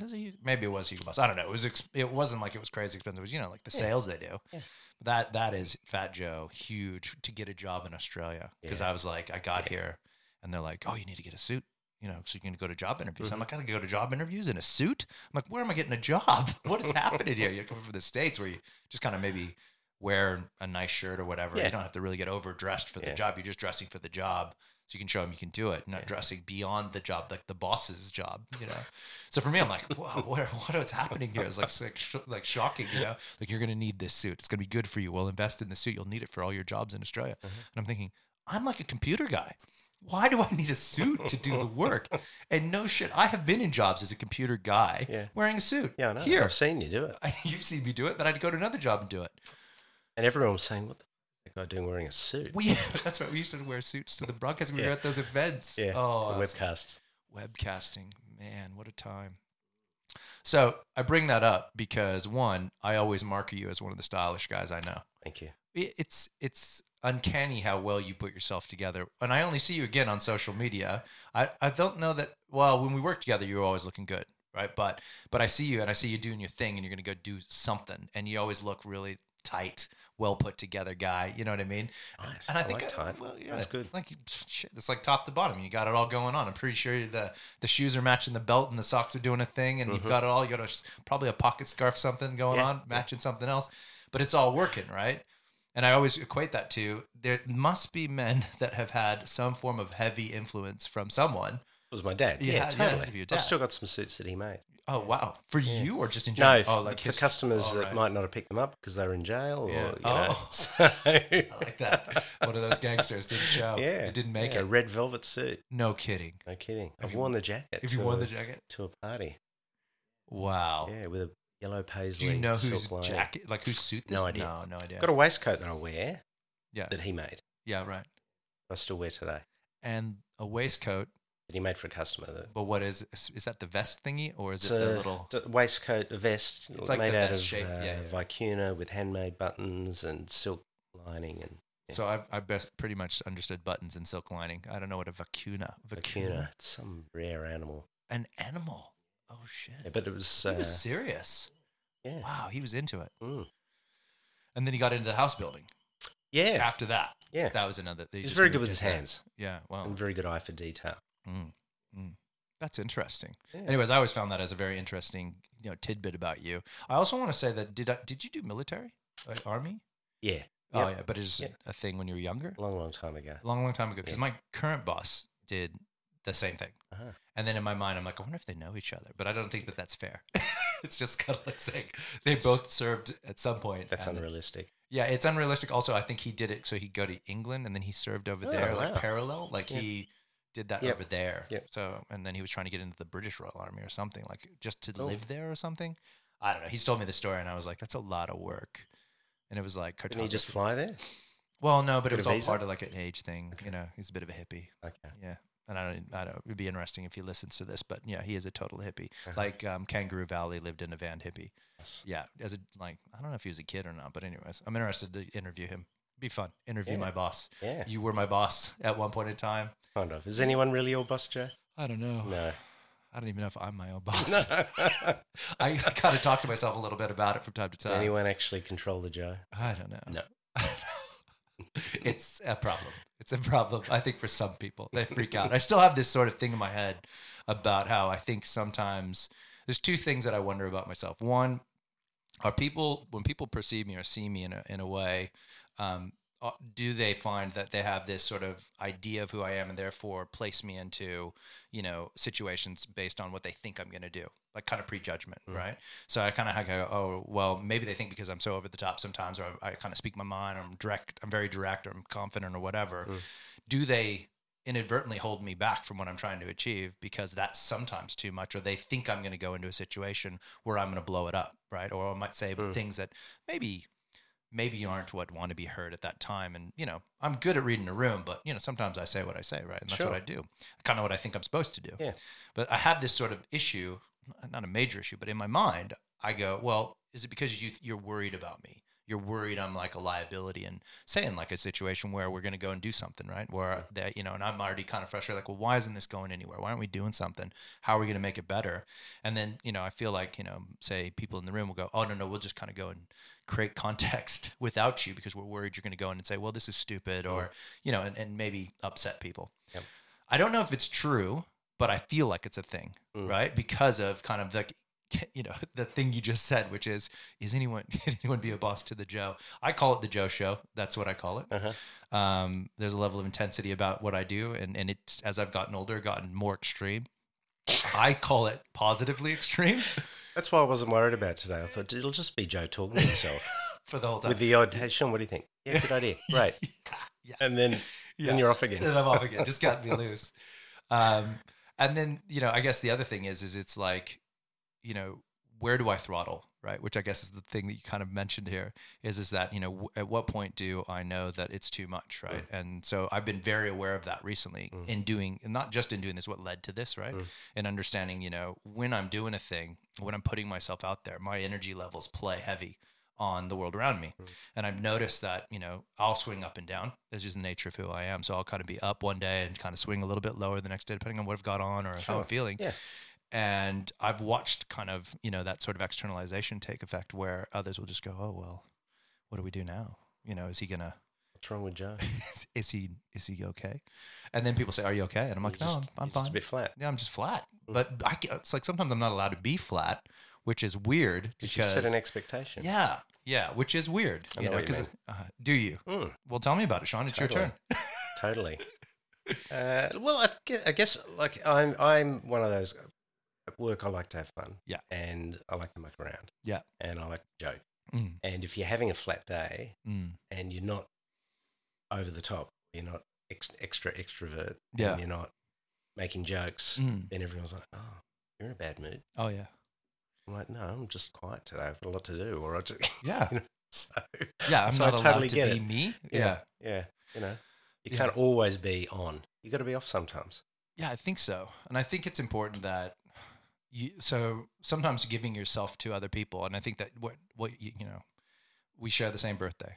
Speaker 1: Was it Hugo? Maybe it was Hugo Boss. I don't know. It was. Ex- it wasn't like it was crazy expensive. It was you know like the
Speaker 2: Yeah.
Speaker 1: sales they do.
Speaker 2: Yeah.
Speaker 1: That that is Fat Joe huge to get a job in Australia because
Speaker 2: Yeah.
Speaker 1: I was like I got
Speaker 2: Yeah.
Speaker 1: here and they're like oh you need to get a suit you know so you can go to job interviews.
Speaker 2: Mm-hmm.
Speaker 1: I'm like I gotta go to job interviews in a suit. I'm like where am I getting a job? What is happening here? You're coming from the states where you just kind of maybe wear a nice shirt or whatever.
Speaker 2: Yeah.
Speaker 1: You don't have to really get overdressed for the
Speaker 2: Yeah.
Speaker 1: job. You're just dressing for the job. So you can show them you can do it, not
Speaker 2: Yeah.
Speaker 1: dressing beyond the job, like the boss's job, you know? so for me, I'm like, whoa, what, what is happening here? It's like, it's like, sh- like shocking, you know? Like, you're going to need this suit. It's going to be good for you. We'll invest in the suit. You'll need it for all your jobs in Australia. And I'm thinking, I'm like a computer guy. Why do I need a suit to do the work? And no shit, I have been in jobs as a computer guy
Speaker 2: Yeah.
Speaker 1: wearing a suit.
Speaker 2: Yeah, I know.
Speaker 1: Here,
Speaker 2: I've seen you do it.
Speaker 1: you've seen me do it. Then I'd go to another job and do it.
Speaker 2: And everyone was saying, what the f- is that guy doing wearing a suit?
Speaker 1: We that's right. We used to wear suits to the broadcast. We were
Speaker 2: Yeah.
Speaker 1: at those events.
Speaker 2: yeah.
Speaker 1: Oh,
Speaker 2: the
Speaker 1: I was-
Speaker 2: webcasts.
Speaker 1: webcasting. Man, what a time. So I bring that up because one, I always market you as one of the stylish guys I know.
Speaker 2: Thank you.
Speaker 1: It- It's it's uncanny how well you put yourself together. And I only see you again on social media. I, I don't know that well, when we work together, you're always looking good. Right. But but I see you and I see you doing your thing and you're gonna go do something. And you always look really tight, well put together guy. You know what I mean?
Speaker 2: Nice.
Speaker 1: And I think
Speaker 2: like tight.
Speaker 1: Well, yeah,
Speaker 2: That's good.
Speaker 1: Like shit, it's like top to bottom. You got it all going on. I'm pretty sure the the shoes are matching the belt and the socks are doing a thing, and you've
Speaker 2: Mhm.
Speaker 1: got it all. You got a, s- probably a pocket scarf, something going
Speaker 2: Yeah,
Speaker 1: on, matching something else, but it's all working, right? And I always equate that to there must be men that have had some form of heavy influence from someone.
Speaker 2: It was my dad.
Speaker 1: Yeah,
Speaker 2: Yeah,
Speaker 1: yeah, it
Speaker 2: totally.
Speaker 1: was your
Speaker 2: I've
Speaker 1: dad.
Speaker 2: still got some suits that he made.
Speaker 1: Oh wow, for
Speaker 2: Yeah.
Speaker 1: you or just in
Speaker 2: No,
Speaker 1: general?
Speaker 2: f-
Speaker 1: oh, like
Speaker 2: for
Speaker 1: his-
Speaker 2: customers
Speaker 1: oh,
Speaker 2: that
Speaker 1: right.
Speaker 2: might not have picked them up because they were in jail
Speaker 1: Yeah.
Speaker 2: or you
Speaker 1: Oh.
Speaker 2: know, so,
Speaker 1: I like that. One of those gangsters didn't show.
Speaker 2: Yeah.
Speaker 1: it didn't make
Speaker 2: Yeah, a
Speaker 1: it.
Speaker 2: red velvet suit.
Speaker 1: No kidding.
Speaker 2: No kidding.
Speaker 1: Have
Speaker 2: I've
Speaker 1: you-
Speaker 2: worn the jacket.
Speaker 1: If you
Speaker 2: to
Speaker 1: won
Speaker 2: a-
Speaker 1: the jacket,
Speaker 2: to a party.
Speaker 1: wow.
Speaker 2: Yeah, with a yellow paisley.
Speaker 1: Oh. Do you know
Speaker 2: silk
Speaker 1: whose
Speaker 2: lining.
Speaker 1: jacket, like whose suit this?
Speaker 2: No idea.
Speaker 1: No, no idea.
Speaker 2: Got a waistcoat that I wear
Speaker 1: yeah,
Speaker 2: that he made.
Speaker 1: yeah, right.
Speaker 2: I still wear today.
Speaker 1: And a waistcoat.
Speaker 2: That he made for a customer. That,
Speaker 1: But what is is- is that the vest thingy or is
Speaker 2: it's
Speaker 1: it
Speaker 2: a,
Speaker 1: the little?
Speaker 2: it's a waistcoat, a vest
Speaker 1: It's like the
Speaker 2: made out
Speaker 1: vest
Speaker 2: of
Speaker 1: shape, yeah,
Speaker 2: uh,
Speaker 1: yeah.
Speaker 2: vicuna with handmade buttons and silk lining and yeah.
Speaker 1: So I've I best pretty much understood buttons and silk lining. I don't know what a vacuna
Speaker 2: vicuna. It's some rare animal.
Speaker 1: an animal. Oh shit!
Speaker 2: Yeah, but it was,
Speaker 1: he
Speaker 2: uh,
Speaker 1: was serious.
Speaker 2: yeah.
Speaker 1: Wow, he was into it.
Speaker 2: Mm.
Speaker 1: And then he got into the house building.
Speaker 2: Yeah,
Speaker 1: After that,
Speaker 2: yeah.
Speaker 1: that was another. they
Speaker 2: He's
Speaker 1: just
Speaker 2: very
Speaker 1: moved
Speaker 2: good with his hands
Speaker 1: Yeah. Wow.
Speaker 2: and very good eye for detail.
Speaker 1: Mm, mm. That's interesting.
Speaker 2: Yeah.
Speaker 1: Anyways, I always found that as a very interesting, you know, tidbit about you. I also want to say that did I, did you do military, like army?
Speaker 2: Yeah,
Speaker 1: Oh
Speaker 2: Yep.
Speaker 1: yeah, but it's
Speaker 2: Yep.
Speaker 1: a thing when you were younger,
Speaker 2: long, long time ago.
Speaker 1: long, long time ago. Because
Speaker 2: Yeah.
Speaker 1: my current boss did the same thing,
Speaker 2: Uh-huh.
Speaker 1: and then in my mind, I'm like, I wonder if they know each other. But I don't think that that's fair. it's just kind of like saying they
Speaker 2: That's-
Speaker 1: both served at some point.
Speaker 2: That's
Speaker 1: and-
Speaker 2: unrealistic.
Speaker 1: Yeah, it's unrealistic. Also, I think he did it so he'd go to England and then he served over
Speaker 2: Oh,
Speaker 1: there, like
Speaker 2: wow.
Speaker 1: parallel. Like
Speaker 2: Yeah.
Speaker 1: he did that
Speaker 2: Yep.
Speaker 1: over there.
Speaker 2: Yep.
Speaker 1: So, and then he was trying to get into the British Royal Army or something, like just to
Speaker 2: Oh.
Speaker 1: live there or something. I don't know. He's told me the story, and I was like, "That's a lot of work." And it was like,
Speaker 2: Didn't he
Speaker 1: cartography-
Speaker 2: just fly there?
Speaker 1: Well, no, but it
Speaker 2: Get a
Speaker 1: was all
Speaker 2: visa?
Speaker 1: part of like an age thing.
Speaker 2: Okay.
Speaker 1: You know, he's a bit of a hippie.
Speaker 2: Okay.
Speaker 1: Yeah. And I don't, I don't, it'd be interesting if he listens to this, but yeah, he is a total hippie.
Speaker 2: Uh-huh.
Speaker 1: Like um, Kangaroo Valley lived in a van hippie.
Speaker 2: Yes.
Speaker 1: Yeah. As a, like, I don't know if he was a kid or not, but anyways, I'm interested to interview him. Be fun. Interview
Speaker 2: Yeah.
Speaker 1: my boss.
Speaker 2: Yeah,
Speaker 1: You were my boss at one point in time.
Speaker 2: kind of. Is anyone really your boss, Joe?
Speaker 1: I don't know.
Speaker 2: No.
Speaker 1: I don't even know if I'm my own boss.
Speaker 2: no.
Speaker 1: I kind of talk to myself a little bit about it from time to
Speaker 2: Did
Speaker 1: time.
Speaker 2: anyone actually control the Joe?
Speaker 1: I don't know.
Speaker 2: No.
Speaker 1: it's a problem. It's a problem. I think for some people, they freak out. I still have this sort of thing in my head about how I think sometimes there's two things that I wonder about myself. One, are people when people perceive me or see me in a in a way, um, uh, do they find that they have this sort of idea of who I am and therefore place me into you know situations based on what they think I'm going to do, like kind of prejudgment,
Speaker 2: Mm.
Speaker 1: right? So I kind of go, oh, well, maybe they think because I'm so over the top sometimes, or I, I kind of speak my mind, or I'm direct, I'm very direct, or I'm confident, or whatever.
Speaker 2: Mm.
Speaker 1: Do they inadvertently hold me back from what I'm trying to achieve because that's sometimes too much, or they think I'm going to go into a situation where I'm going to blow it up, right? Or I might say
Speaker 2: Mm.
Speaker 1: things that maybe maybe aren't what want to be heard at that time and you know i'm good at reading a room but you know sometimes i say what i say right and that's
Speaker 2: Sure.
Speaker 1: what i do kind of what i think i'm supposed to do
Speaker 2: Yeah.
Speaker 1: but i have this sort of issue not a major issue but in my mind i go well is it because you you're worried about me you're worried i'm like a liability and say in like a situation where we're going to go and do something right where
Speaker 2: Hmm.
Speaker 1: that you know and i'm already kind of frustrated like well why isn't this going anywhere why aren't we doing something how are we going to make it better and then you know i feel like you know say people in the room will go oh no no we'll just kind of go and create context without you because we're worried you're going to go in and say well this is stupid or you know and, and maybe upset people
Speaker 2: Yep.
Speaker 1: i don't know if it's true but i feel like it's a thing
Speaker 2: Mm.
Speaker 1: right because of kind of like you know the thing you just said which is is anyone can anyone be a boss to the joe i call it the joe show that's what i call it
Speaker 2: Uh-huh.
Speaker 1: um, there's a level of intensity about what I do, and and it's as I've gotten older, gotten more extreme. I call it positively extreme
Speaker 2: That's why I wasn't worried about today. I thought it'll just be Joe talking to himself
Speaker 1: for the whole time.
Speaker 2: with the odd, hey, Sean, what do you think? Yeah, good idea. Great.
Speaker 1: Yeah.
Speaker 2: And then,
Speaker 1: Yeah.
Speaker 2: then you're off again.
Speaker 1: and I'm off again. Just got me loose. Um, and then you know, I guess the other thing is, is it's like, you know, where do I throttle, right? Which I guess is the thing that you kind of mentioned here is, is that you know, w- at what point do I know that it's too much, right? And so I've been very aware of that recently
Speaker 2: Mm.
Speaker 1: in doing, and not just in doing this, what led to this, right?
Speaker 2: Mm.
Speaker 1: And understanding, you know, when I'm doing a thing, when I'm putting myself out there, my energy levels play heavy on the world around
Speaker 2: Hmm.
Speaker 1: me. And I've noticed that, you know, I'll swing up and down. That's just the nature of who I am. So I'll kind of be up one day and kind of swing a little bit lower the next day, depending on what I've got on or how
Speaker 2: Sure.
Speaker 1: I'm feeling.
Speaker 2: Yeah.
Speaker 1: And I've watched kind of, you know, that sort of externalization take effect where others will just go, oh, well, what do we do now? You know, is he going to,
Speaker 2: What's wrong with Joe?
Speaker 1: is he, is he okay? And then people say, are you okay? And I'm like,
Speaker 2: You're just-
Speaker 1: no, I'm, I'm
Speaker 2: you're Just a
Speaker 1: fine.
Speaker 2: bit flat.
Speaker 1: Yeah, I'm just flat. But I, ca- it's like sometimes I'm not allowed to be flat, which is weird
Speaker 2: Because you set
Speaker 1: because
Speaker 2: an expectation.
Speaker 1: yeah, yeah, which is weird.
Speaker 2: I
Speaker 1: you
Speaker 2: know
Speaker 1: know,
Speaker 2: what you
Speaker 1: because
Speaker 2: mean.
Speaker 1: uh, do you?
Speaker 2: Mm,
Speaker 1: Well, tell me about it, Sean. It's your
Speaker 2: Totally.
Speaker 1: turn.
Speaker 2: totally. Uh, well, I, gue- I guess like I'm, I'm one of those at work, I like to have fun.
Speaker 1: Yeah.
Speaker 2: And I like to muck around.
Speaker 1: Yeah.
Speaker 2: And I like to joke.
Speaker 1: Mm.
Speaker 2: And if you're having a flat day
Speaker 1: Mm.
Speaker 2: and you're not over the top, you're not ex- extra extrovert,
Speaker 1: Yeah.
Speaker 2: and you're not making jokes,
Speaker 1: Mm.
Speaker 2: then everyone's like, oh, you're in a bad mood.
Speaker 1: Oh yeah.
Speaker 2: I'm like, no, I'm just quiet today. I've got a lot to do. Or I just,
Speaker 1: Yeah.
Speaker 2: so,
Speaker 1: Yeah. I'm
Speaker 2: So I
Speaker 1: not allowed
Speaker 2: totally
Speaker 1: to
Speaker 2: get
Speaker 1: be
Speaker 2: it.
Speaker 1: me.
Speaker 2: yeah,
Speaker 1: yeah.
Speaker 2: Yeah. You know, you
Speaker 1: Yeah.
Speaker 2: can't always be on. you got to be off sometimes.
Speaker 1: Yeah, I think so. And I think it's important that you so sometimes giving yourself to other people and I think that what what you, you know, we share the same birthday.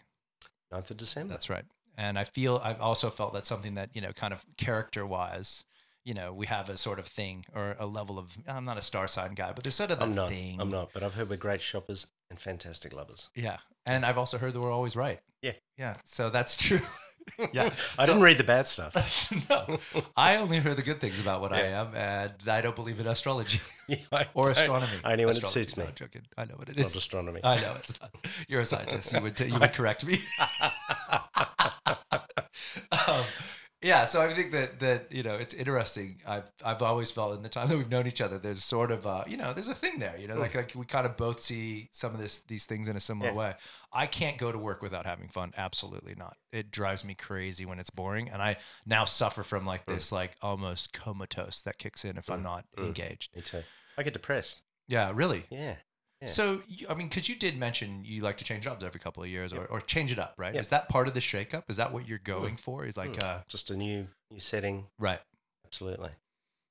Speaker 2: 9th of December.
Speaker 1: That's right. And I feel I've also felt that's something that, you know, kind of character wise, you know, we have a sort of thing or a level of I'm not a star sign guy, but there's sort of that
Speaker 2: I'm not.
Speaker 1: thing.
Speaker 2: I'm not. But I've heard we're great shoppers and fantastic lovers.
Speaker 1: Yeah. And I've also heard that we're always right.
Speaker 2: Yeah.
Speaker 1: Yeah. So that's true. Yeah.
Speaker 2: I
Speaker 1: So-
Speaker 2: didn't read the bad stuff.
Speaker 1: no. I only heard the good things about what I
Speaker 2: Yeah.
Speaker 1: am and I don't believe in astrology.
Speaker 2: Yeah, I
Speaker 1: or
Speaker 2: don't.
Speaker 1: astronomy.
Speaker 2: Only when it
Speaker 1: Astrology,
Speaker 2: suits me.
Speaker 1: no, Uh, I'm joking. I know what it
Speaker 2: Not
Speaker 1: is.
Speaker 2: astronomy.
Speaker 1: I know it's not. You're a scientist. You would t- you would correct me. um, yeah, so I think that that you know it's interesting. I've I've always felt in the time that we've known each other, there's sort of uh, you know there's a thing there. You know, like like we kind of both see some of this these things in a similar
Speaker 2: Yeah.
Speaker 1: way. I can't go to work without having fun. Absolutely not. It drives me crazy when it's boring, and I now suffer from like this like almost comatose that kicks in if I'm not
Speaker 2: Mm.
Speaker 1: engaged.
Speaker 2: Me too. I get depressed.
Speaker 1: Yeah, really.
Speaker 2: Yeah. Yeah.
Speaker 1: So, you, I mean, because you did mention you like to change jobs every couple of years or, or change it up, right?
Speaker 2: Yep.
Speaker 1: Is that part of the shakeup? Is that what you're going for? Is like,
Speaker 2: Mm.
Speaker 1: uh,
Speaker 2: Just a new new setting.
Speaker 1: right.
Speaker 2: Absolutely.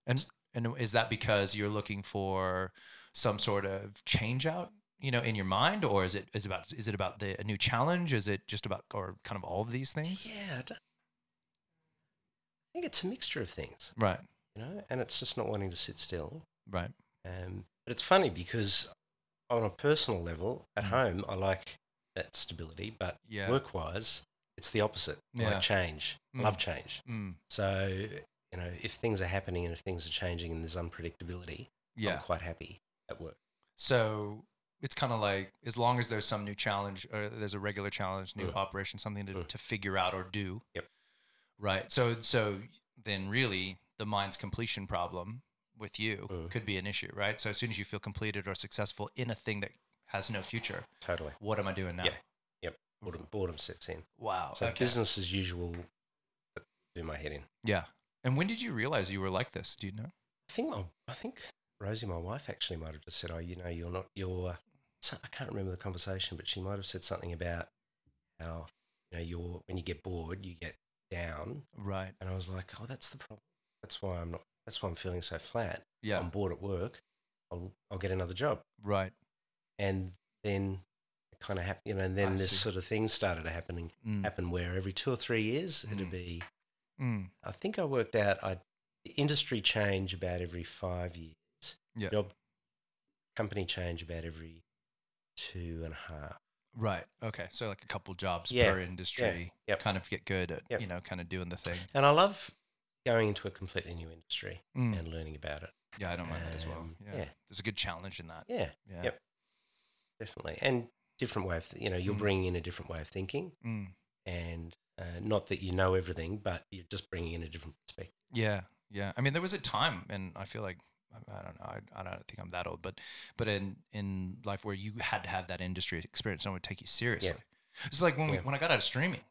Speaker 1: And, and is that because you're looking for some sort of change out, you know, in your mind? Or is it, is about, is it about the, a new challenge? Is it just about, or kind of all of these things?
Speaker 2: Yeah. I, don't- I think it's a mixture of things,
Speaker 1: Right.
Speaker 2: you know, and it's just not wanting to sit still.
Speaker 1: Right.
Speaker 2: Um, but it's funny because on a personal level, at
Speaker 1: Mm.
Speaker 2: home, I like that stability, but
Speaker 1: Yeah.
Speaker 2: work-wise, it's the opposite. I
Speaker 1: Yeah.
Speaker 2: like change. I
Speaker 1: Mm.
Speaker 2: Love change.
Speaker 1: Mm.
Speaker 2: So, you know, if things are happening and if things are changing and there's unpredictability,
Speaker 1: Yeah.
Speaker 2: I'm quite happy at work.
Speaker 1: So it's kind of like as long as there's some new challenge or there's a regular challenge, new
Speaker 2: Mm.
Speaker 1: operation, something to,
Speaker 2: Mm.
Speaker 1: to figure out or do.
Speaker 2: Yep.
Speaker 1: Right. So so then really the mind's completion problem with you
Speaker 2: Mm.
Speaker 1: could be an issue, right? So as soon as you feel completed or successful in a thing that has no future,
Speaker 2: Totally.
Speaker 1: what am I doing now?
Speaker 2: Yeah. Boredom, boredom sets in.
Speaker 1: Wow.
Speaker 2: So
Speaker 1: okay.
Speaker 2: business as usual but do my head in.
Speaker 1: Yeah. And when did you realize you were like this? Do you know?
Speaker 2: I think my, I think Rosie, my wife, actually might have just said, "Oh, you know, you're not you're." so- I can't remember the conversation, but she might have said something about how you know you're when you get bored, you get down,
Speaker 1: Right.
Speaker 2: and I was like, "Oh, that's the problem. That's why I'm not. That's why I'm feeling so flat.
Speaker 1: Yeah.
Speaker 2: I'm bored at work. I'll I'll get another job."
Speaker 1: right.
Speaker 2: and then it kind of happened, you know, and
Speaker 1: I
Speaker 2: then this
Speaker 1: see.
Speaker 2: sort of thing started happening,
Speaker 1: Mm.
Speaker 2: happen where every two or three years
Speaker 1: Mm.
Speaker 2: it'd be,
Speaker 1: Mm.
Speaker 2: I think I worked out, I the industry change about every five years,
Speaker 1: Yeah.
Speaker 2: job company change about every two and a half.
Speaker 1: Right. Okay. So like a couple jobs
Speaker 2: Yeah.
Speaker 1: per industry,
Speaker 2: Yep.
Speaker 1: kind of get good at
Speaker 2: Yep.
Speaker 1: you know, kind of doing the thing.
Speaker 2: And I love going into a completely new industry
Speaker 1: Mm.
Speaker 2: and learning about it.
Speaker 1: Yeah, I don't mind that as well.
Speaker 2: Um,
Speaker 1: Yeah.
Speaker 2: yeah.
Speaker 1: There's a good challenge in that.
Speaker 2: Yeah,
Speaker 1: Yeah.
Speaker 2: Yep. definitely. And different way of, th- you know, you're
Speaker 1: Mm.
Speaker 2: bringing in a different way of thinking
Speaker 1: Mm.
Speaker 2: and uh, not that you know everything, but you're just bringing in a different perspective.
Speaker 1: Yeah. Yeah. I mean, there was a time, and I feel like, I- I don't know, I, I don't think I'm that old, but, but in, in life where you had to have that industry experience, someone would take you seriously. It's like when, we,
Speaker 2: Yeah.
Speaker 1: when I got out of streaming,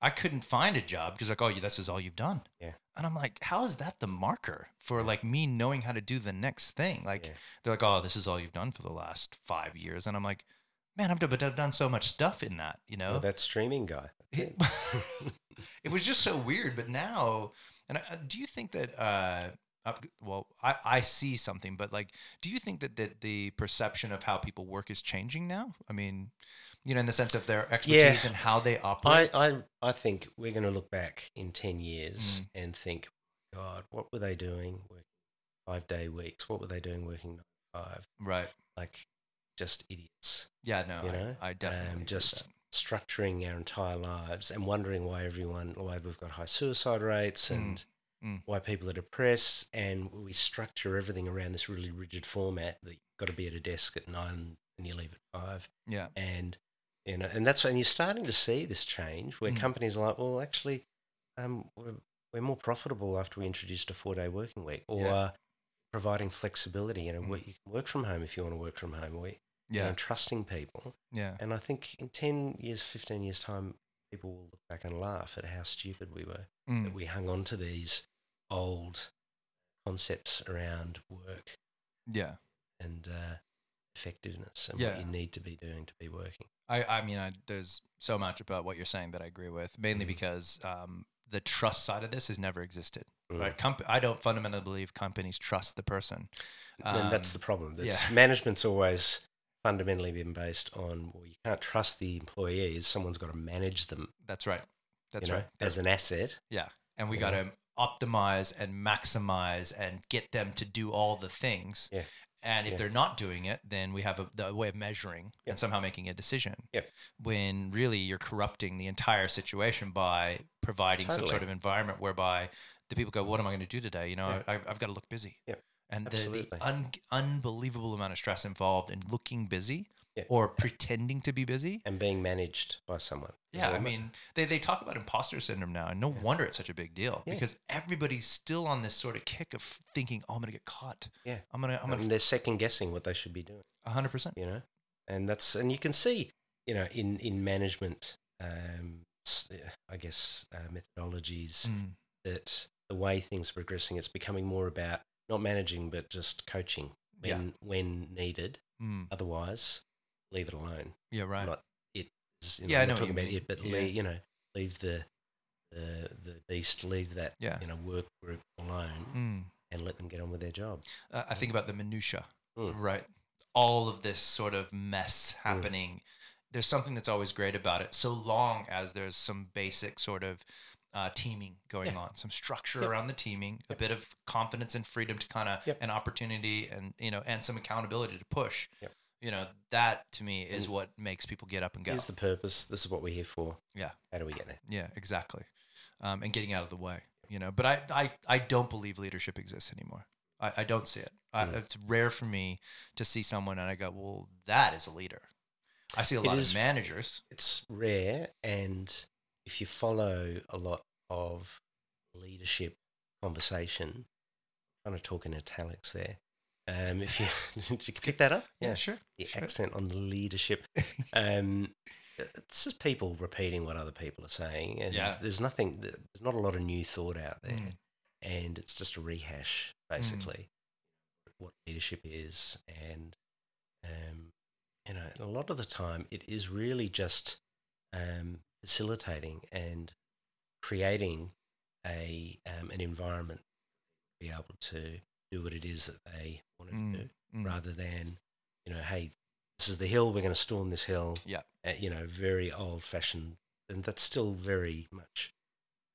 Speaker 1: I couldn't find a job because, like, oh, you, this is all you've done.
Speaker 2: Yeah.
Speaker 1: And I'm like, how is that the marker for like me knowing how to do the next thing? Like,
Speaker 2: Yeah.
Speaker 1: they're like, oh, this is all you've done for the last five years. And I'm like, man, I've done, but I've done so much stuff in that, you know?
Speaker 2: Oh, that streaming guy. That's it.
Speaker 1: it was just so weird. But now, and I, do you think that? Uh, up, well, I, I see something, but like, do you think that that the perception of how people work is changing now? I mean, you know, in the sense of their expertise and how they operate.
Speaker 2: I, I, I think we're going to look back in 10 years
Speaker 1: Mm.
Speaker 2: and think, God, what were they doing working five day weeks? What were they doing working nine to five?
Speaker 1: right.
Speaker 2: Like, just idiots
Speaker 1: Yeah. No.
Speaker 2: You
Speaker 1: I,
Speaker 2: know,
Speaker 1: I definitely
Speaker 2: um,
Speaker 1: agree with
Speaker 2: just-
Speaker 1: that.
Speaker 2: structuring our entire lives and wondering why everyone, why we've got high suicide rates
Speaker 1: Mm,
Speaker 2: and
Speaker 1: mm.
Speaker 2: why people are depressed. And we structure everything around this really rigid format that you've got to be at a desk at nine and you leave at five.
Speaker 1: yeah.
Speaker 2: and you know, and that's and you're starting to see this change where
Speaker 1: Mm.
Speaker 2: companies are like, well, actually, um, we're, we're more profitable after we introduced a four day working week, or
Speaker 1: Yeah. Mm.
Speaker 2: providing flexibility. You know, where you can work from home if you want to work from home. We, you know,
Speaker 1: Yeah.
Speaker 2: trusting people.
Speaker 1: Yeah.
Speaker 2: And I think in 10 years, 15 years' time, people will look back and laugh at how stupid we were. That
Speaker 1: Mm.
Speaker 2: we hung on to these old concepts around work
Speaker 1: Yeah.
Speaker 2: and uh, effectiveness and
Speaker 1: Yeah.
Speaker 2: what you need to be doing to be working.
Speaker 1: I, I mean, I, there's so much about what you're saying that I agree with, mainly
Speaker 2: Mm.
Speaker 1: because um, the trust side of this has never existed.
Speaker 2: Mm.
Speaker 1: Right? Comp- I don't fundamentally believe companies trust the person.
Speaker 2: and that's
Speaker 1: Um,
Speaker 2: the problem.
Speaker 1: yeah.
Speaker 2: That's management's always fundamentally been based on well, you can't trust the employees. Someone's got to manage them.
Speaker 1: That's right. That's
Speaker 2: you know,
Speaker 1: right.
Speaker 2: as an asset.
Speaker 1: and we
Speaker 2: Yeah.
Speaker 1: got to optimize and maximize and get them to do all the things.
Speaker 2: Yeah.
Speaker 1: And if
Speaker 2: Yeah.
Speaker 1: they're not doing it, then we have a the way of measuring
Speaker 2: Yeah.
Speaker 1: and somehow making a decision.
Speaker 2: Yeah.
Speaker 1: When really you're corrupting the entire situation by providing some sort
Speaker 2: Totally.
Speaker 1: of environment whereby the people go, "What am I going to do today?" You know, I, I've got to look busy.
Speaker 2: Yeah.
Speaker 1: And the, the
Speaker 2: Absolutely.
Speaker 1: un- unbelievable amount of stress involved in looking busy
Speaker 2: Yeah.
Speaker 1: or pretending to be busy.
Speaker 2: and being managed by someone. as
Speaker 1: Yeah, I
Speaker 2: well.
Speaker 1: mean, they, they talk about imposter syndrome now, and no wonder it's such a big deal
Speaker 2: Yeah.
Speaker 1: because everybody's still on this sort of kick of thinking, "Oh, I'm gonna get caught.
Speaker 2: Yeah.
Speaker 1: I'm gonna, I'm
Speaker 2: and
Speaker 1: gonna,
Speaker 2: they're second guessing what they should be doing,
Speaker 1: hundred percent."
Speaker 2: you know, and that's and you can see, you know, in in management, um, s- I guess uh, methodologies
Speaker 1: Mm.
Speaker 2: that the way things are progressing, it's becoming more about not managing but just coaching
Speaker 1: Yeah.
Speaker 2: when when needed.
Speaker 1: Mm.
Speaker 2: Otherwise, leave it alone.
Speaker 1: Yeah, right.
Speaker 2: Not it. is- you
Speaker 1: Yeah, I
Speaker 2: I'm
Speaker 1: know
Speaker 2: not
Speaker 1: what
Speaker 2: talking
Speaker 1: you mean.
Speaker 2: about it, but
Speaker 1: Yeah.
Speaker 2: lea- you know, leave the the the beast, leave that
Speaker 1: Yeah.
Speaker 2: you know work group alone,
Speaker 1: Mm.
Speaker 2: and let them get on with their job.
Speaker 1: Uh, I think about the minutia,
Speaker 2: Mm.
Speaker 1: right? All of this sort of mess happening. There's something that's always great about it, so long as there's some basic sort of uh, teaming going
Speaker 2: Yeah.
Speaker 1: on, some structure
Speaker 2: Yep.
Speaker 1: around the teaming, a bit of confidence and freedom to kind of
Speaker 2: Yep.
Speaker 1: an opportunity, and you know, and some accountability to push.
Speaker 2: Yep. Mm.
Speaker 1: You know, that to me is
Speaker 2: And-
Speaker 1: what makes people get up and go.
Speaker 2: Here's the purpose. This is what we're here for.
Speaker 1: Yeah.
Speaker 2: How do we get there?
Speaker 1: yeah, exactly. Um, and getting out of the way, you know. But I, I, I don't believe leadership exists anymore. I, I don't see it. I,
Speaker 2: Yeah.
Speaker 1: It's rare for me to see someone and I go, well, that is a leader. I see a
Speaker 2: It
Speaker 1: lot
Speaker 2: is-
Speaker 1: of managers.
Speaker 2: It's rare, and if you follow a lot of leadership conversation, I'm trying to talk in italics there. Um, if you did you pick that up,
Speaker 1: sure.
Speaker 2: the
Speaker 1: sure.
Speaker 2: accent on the leadership. Um, it's just people repeating what other people are saying, and
Speaker 1: Yeah.
Speaker 2: there's nothing. There's not a lot of new thought out there,
Speaker 1: Mm.
Speaker 2: and it's just a rehash basically what leadership is, and um, you know, a lot of the time it is really just um, facilitating and creating a um, an environment to be able to do what it is that they want to
Speaker 1: Mm.
Speaker 2: do
Speaker 1: Mm.
Speaker 2: rather than you know hey this is the hill we're going to storm this hill
Speaker 1: Yeah.
Speaker 2: Uh, you know very old fashioned and that's still very much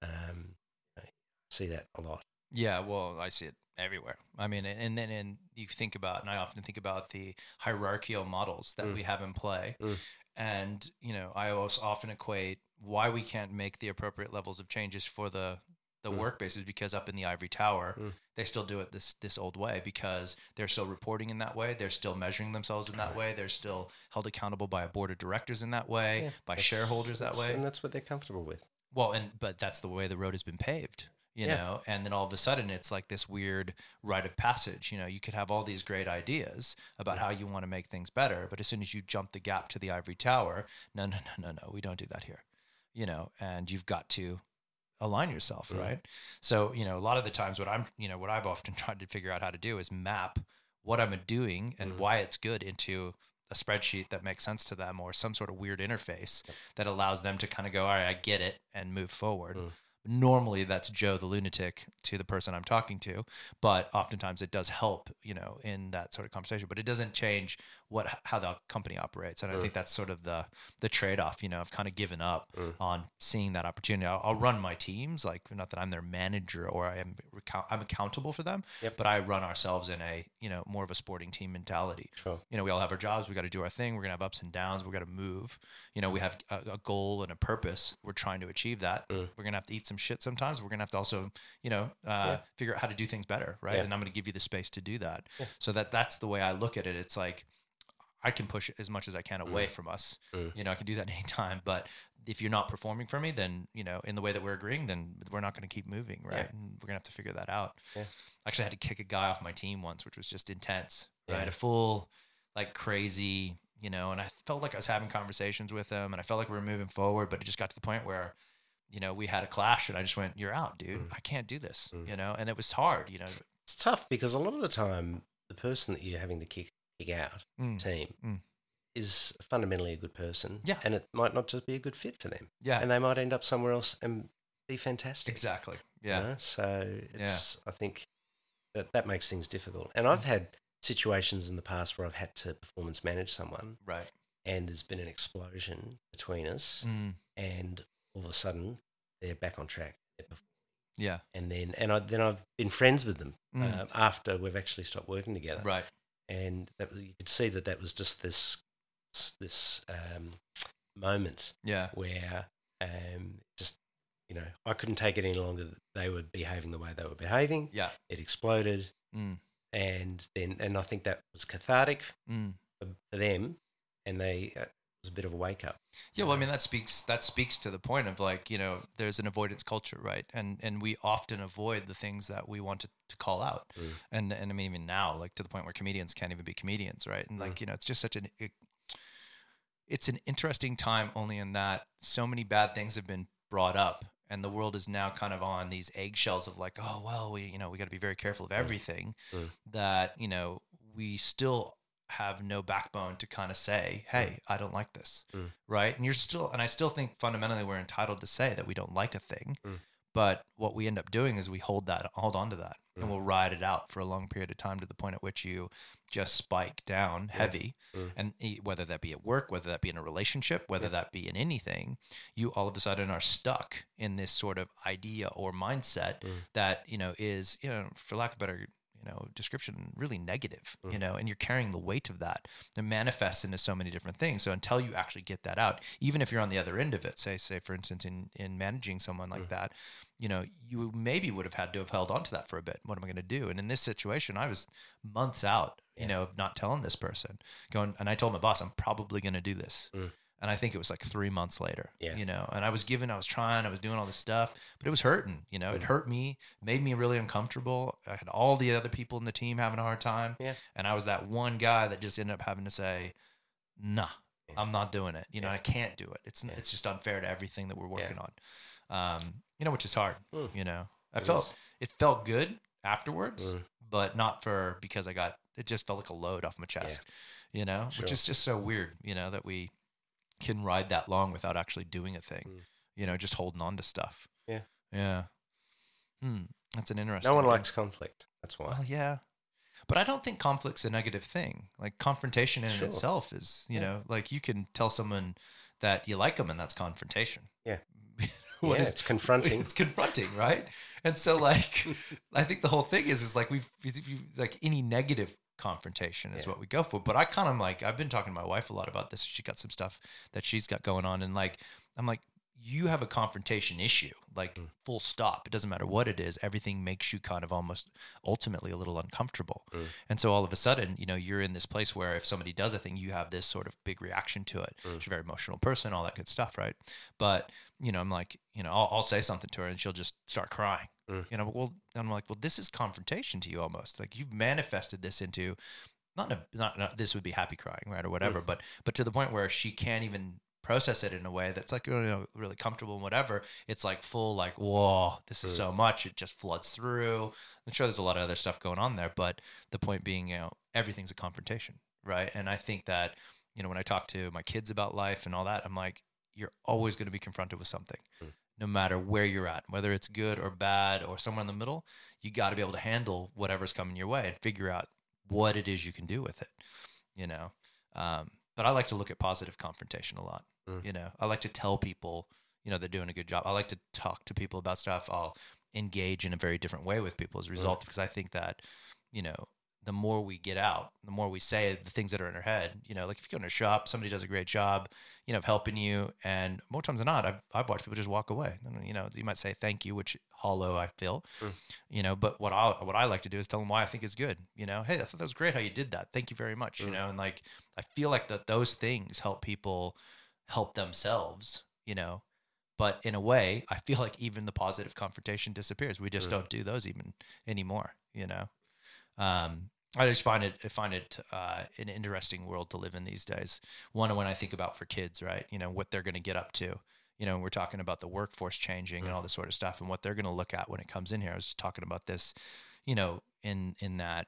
Speaker 2: um I see that a lot
Speaker 1: Yeah, well, I see it everywhere. I mean, and then and you think about, and I often think about the hierarchical models that
Speaker 2: Mm.
Speaker 1: we have in play,
Speaker 2: Mm.
Speaker 1: and you know, I also often equate why we can't make the appropriate levels of changes for the the
Speaker 2: Mm.
Speaker 1: work bases because up in the ivory tower
Speaker 2: Mm.
Speaker 1: they still do it this this old way because they're still reporting in that way they're still measuring themselves in that way they're still held accountable by a board of directors in that way
Speaker 2: Yeah,
Speaker 1: by
Speaker 2: that's-
Speaker 1: shareholders that
Speaker 2: that's-
Speaker 1: way
Speaker 2: and that's what they're comfortable with
Speaker 1: well, and but that's the way the road has been paved, you
Speaker 2: Yeah.
Speaker 1: know. And then all of a sudden, it's like this weird rite of passage. You know, you could have all these great ideas about how you want to make things better, but as soon as you jump the gap to the ivory tower, no, no, no, no, no, we don't do that here, you know. And you've got to align yourself,
Speaker 2: Mhm.
Speaker 1: right? So, you know, a lot of the times, what I'm, you know, what I've often tried to figure out how to do is map what I'm doing and
Speaker 2: Mhm.
Speaker 1: why it's good into a spreadsheet that makes sense to them or some sort of weird interface that allows them to kind of go, all right, I get it and move forward.
Speaker 2: Mm.
Speaker 1: Normally that's Joe the lunatic to the person I'm talking to, but oftentimes it does help, you know, in that sort of conversation, but it doesn't change what how the company operates. And I
Speaker 2: Mm.
Speaker 1: think that's sort of the the trade-off, you know, I've kind of given up
Speaker 2: Mm.
Speaker 1: on seeing that opportunity. I'll, I'll run my teams, like not that I'm their manager or I am recou- I'm accountable for them,
Speaker 2: Yep.
Speaker 1: but I run ourselves in a, you know, more of a sporting team mentality
Speaker 2: sure
Speaker 1: you know, we all have our jobs. We got to do our thing. We're gonna have ups and downs. We're gonna move. You know, we have a, a goal and a purpose. We're trying to achieve that.
Speaker 2: Mm.
Speaker 1: We're gonna have to eat some shit sometimes. We're gonna have to also, you know, uh,
Speaker 2: Yeah.
Speaker 1: figure out how to do things better, right?
Speaker 2: Yeah.
Speaker 1: And I'm gonna give you the space to do that.
Speaker 2: Yeah.
Speaker 1: So that that's the way I look at it. It's like I can push as much as I can away from us.
Speaker 2: Mm.
Speaker 1: You know, I can do that anytime, but if you're not performing for me, then you know, in the way that we're agreeing, then we're not going to keep moving, right?
Speaker 2: Yeah.
Speaker 1: And we're gonna have to figure that out.
Speaker 2: Yeah.
Speaker 1: I actually had to kick a guy off my team once, which was just intense. Right,
Speaker 2: Yeah.
Speaker 1: a full like crazy, you know. And I felt like I was having conversations with him, and I felt like we were moving forward, but it just got to the point where, you know, we had a clash, and I just went, "You're out, dude.
Speaker 2: Mm.
Speaker 1: I can't do this,"
Speaker 2: Mm.
Speaker 1: you know. And it was hard, you know.
Speaker 2: It's tough because a lot of the time, the person that you're having to kick, kick out
Speaker 1: Mm.
Speaker 2: team
Speaker 1: Mm.
Speaker 2: is fundamentally a good person.
Speaker 1: Yeah.
Speaker 2: And it might not just be a good fit for them.
Speaker 1: Yeah,
Speaker 2: And they might end up somewhere else and be fantastic.
Speaker 1: exactly.
Speaker 2: you
Speaker 1: Yeah,
Speaker 2: know? So it's, I think that, that makes things difficult. And
Speaker 1: Mm.
Speaker 2: I've had situations in the past where I've had to performance manage someone
Speaker 1: right.
Speaker 2: and there's been an explosion between us
Speaker 1: Mm.
Speaker 2: and all of a sudden they're back on track. They're perf-
Speaker 1: Yeah,
Speaker 2: And then, and I, then I've been friends with them
Speaker 1: Mm.
Speaker 2: um, after we've actually stopped working together
Speaker 1: right.
Speaker 2: and that was, you could see that that was just this this um, moment
Speaker 1: Yeah,
Speaker 2: where um, just you know I couldn't take it any longer that they were behaving the way they were behaving.
Speaker 1: yeah.
Speaker 2: It exploded,
Speaker 1: Mm.
Speaker 2: and then and I think that was cathartic
Speaker 1: Mm.
Speaker 2: for for them, and they uh, it was a bit of a wake up.
Speaker 1: Yeah, well, I mean that speaks that speaks to the point of like you know there's an avoidance culture, right? And and we often avoid the things that we want to, to call out,
Speaker 2: Mm.
Speaker 1: and and I mean even now like to the point where comedians can't even be comedians, right? And like you know it's just such an it, it's an interesting time only in that so many bad things have been brought up, and the world is now kind of on these eggshells of like oh well we you know we got to be very careful of everything
Speaker 2: Mm.
Speaker 1: that you know we still have no backbone to kind of say
Speaker 2: Mm.
Speaker 1: hey I don't like this right? And you're still, and I still think fundamentally we're entitled to say that we don't like a thing.
Speaker 2: Mm.
Speaker 1: But what we end up doing is we hold that, hold on to that,
Speaker 2: Mm.
Speaker 1: and we'll ride it out for a long period of time to the point at which you just spike down
Speaker 2: Yeah.
Speaker 1: heavy.
Speaker 2: Mm.
Speaker 1: And e- whether that be at work, whether that be in a relationship, whether
Speaker 2: Yeah.
Speaker 1: that be in anything, you all of a sudden are stuck in this sort of idea or mindset
Speaker 2: Mm.
Speaker 1: that, you know, is, you know, for lack of better, you know, description, really negative, you
Speaker 2: Mm.
Speaker 1: know, and you're carrying the weight of that that manifests into so many different things. So until you actually get that out, even if you're on the other end of it, say, say for instance, in in managing someone like
Speaker 2: Mm.
Speaker 1: that, you know, you maybe would have had to have held on to that for a bit. What am I going to do? And in this situation, I was months out,
Speaker 2: Yeah.
Speaker 1: you know, of not telling this person. Going, and I told my boss, I'm probably going to do this.
Speaker 2: Mm.
Speaker 1: And I think it was like three months later,
Speaker 2: Yeah.
Speaker 1: you know, and I was giving, I was trying, I was doing all this stuff, but it was hurting, you know, it
Speaker 2: Mm.
Speaker 1: hurt me, made me really uncomfortable. I had all the other people in the team having a hard time. And I was that one guy that just ended up having to say, nah,
Speaker 2: Yeah.
Speaker 1: I'm not doing it. You know,
Speaker 2: Yeah.
Speaker 1: I can't do it. It's
Speaker 2: Yeah.
Speaker 1: it's just unfair to everything that we're
Speaker 2: Yeah.
Speaker 1: working on. Um, you know, which is hard.
Speaker 2: Mm.
Speaker 1: You know, I
Speaker 2: It
Speaker 1: felt
Speaker 2: is.
Speaker 1: it felt good afterwards,
Speaker 2: Mm.
Speaker 1: but not for because I got it just felt like a load off my chest. You know,
Speaker 2: Sure.
Speaker 1: which is just so weird. You know that we can ride that long without actually doing a thing.
Speaker 2: Mm.
Speaker 1: You know, just holding on to stuff.
Speaker 2: Yeah.
Speaker 1: Yeah. Hmm. That's an interesting.
Speaker 2: No one
Speaker 1: thing.
Speaker 2: likes conflict. That's why.
Speaker 1: Well, yeah. But I don't think conflict's a negative thing. Like confrontation in
Speaker 2: Sure.
Speaker 1: itself is, you
Speaker 2: Yeah.
Speaker 1: know, like you can tell someone that you like them and that's confrontation.
Speaker 2: Yeah.
Speaker 1: What
Speaker 2: yeah,
Speaker 1: is-
Speaker 2: it's confronting.
Speaker 1: it's confronting, right? And so like I think the whole thing is is like we've if you- like any negative confrontation is
Speaker 2: Yeah.
Speaker 1: what we go for. But I kind of like I've been talking to my wife a lot about this. She got some stuff that she's got going on and like I'm like you have a confrontation issue, like
Speaker 2: Mm.
Speaker 1: full stop. It doesn't matter what it is. Everything makes you kind of almost ultimately a little uncomfortable.
Speaker 2: Mm.
Speaker 1: And so all of a sudden, you know, you're in this place where if somebody does a thing, you have this sort of big reaction to it.
Speaker 2: Mm.
Speaker 1: She's a very emotional person, all that good stuff, right? But you know, I'm like, you know, I'll, I'll say something to her and she'll just start crying.
Speaker 2: Mm.
Speaker 1: You know, well, I'm like, well, this is confrontation to you almost. Like you've manifested this into not in a, not, not this would be happy crying, right,
Speaker 2: Mm.
Speaker 1: or whatever, but but to the point where she can't even process it in a way that's like you know, really comfortable and whatever. It's like full, like whoa, this is
Speaker 2: Mm.
Speaker 1: so much. It just floods through. I'm sure there's a lot of other stuff going on there, but the point being, you know, everything's a confrontation, right? And I think that you know when I talk to my kids about life and all that, I'm like, you're always going to be confronted with something.
Speaker 2: Mm.
Speaker 1: No matter where you're at, whether it's good or bad or somewhere in the middle, you got to be able to handle whatever's coming your way and figure out what it is you can do with it, you know. Um, but I like to look at positive confrontation a lot.
Speaker 2: Mm.
Speaker 1: You know, I like to tell people, you know, they're doing a good job. I like to talk to people about stuff. I'll engage in a very different way with people as a result because I think that, you know, the more we get out, the more we say the things that are in our head. You know, like if you go in a shop, somebody does a great job, you know, of helping you, and more times than not, I've, I've watched people just walk away. And, You know, you might say thank you, which hollow I feel,
Speaker 2: Mm.
Speaker 1: you know. But what I what I like to do is tell them why I think it's good. You know, hey, I thought that was great how you did that. Thank you very much. You
Speaker 2: Mm.
Speaker 1: know, and like I feel like that those things help people help themselves. you know. But in a way, I feel like even the positive confrontation disappears. We just
Speaker 2: Mm.
Speaker 1: don't do those even anymore, you know. Um, I just find it I find it uh, an interesting world to live in these days. One when I think about for kids, right? You know what they're going to get up to. You know, we're talking about the workforce changing and all this sort of stuff, and what they're going to look at when it comes in here. I was just talking about this, you know, in in that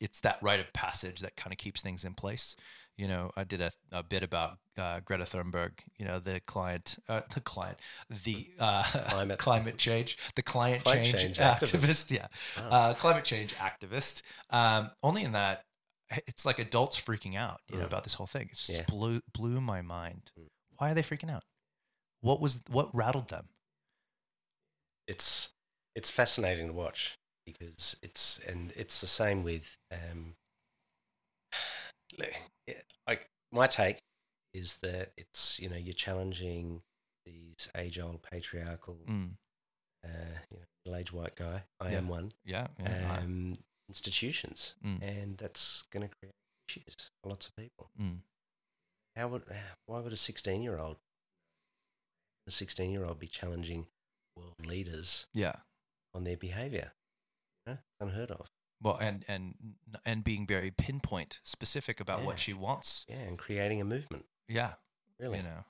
Speaker 1: it's that rite of passage that kind of keeps things in place. You know, I did a, a bit about uh, Greta Thunberg. You know, the client, uh, the client, the uh,
Speaker 2: Climate.
Speaker 1: climate change, the client,
Speaker 2: Climate
Speaker 1: change,
Speaker 2: change
Speaker 1: activist.
Speaker 2: activist. Ah.
Speaker 1: Yeah,
Speaker 2: Wow.
Speaker 1: uh, climate change activist. Um, only in that it's like adults freaking out, you know,
Speaker 2: Mm.
Speaker 1: about this whole thing. It just
Speaker 2: Yeah.
Speaker 1: blew blew my mind.
Speaker 2: Mm.
Speaker 1: Why are they freaking out? What was what rattled them?
Speaker 2: it's it's fascinating to watch because it's and it's the same with um yeah, like my take is that it's you know you're challenging these age old patriarchal
Speaker 1: Mm.
Speaker 2: uh you know, middle aged white guy I
Speaker 1: Yeah.
Speaker 2: am one
Speaker 1: Yeah, yeah, I-
Speaker 2: um institutions
Speaker 1: Mm.
Speaker 2: and that's going to create issues for lots of people
Speaker 1: mm.
Speaker 2: how would why would a 16 year old a 16 year old be challenging world leaders
Speaker 1: yeah.
Speaker 2: on their behavior. You know, unheard of.
Speaker 1: Well, and and and being very pinpoint specific about
Speaker 2: Yeah.
Speaker 1: what she wants.
Speaker 2: Yeah, and creating a movement,
Speaker 1: Yeah,
Speaker 2: really.
Speaker 1: you know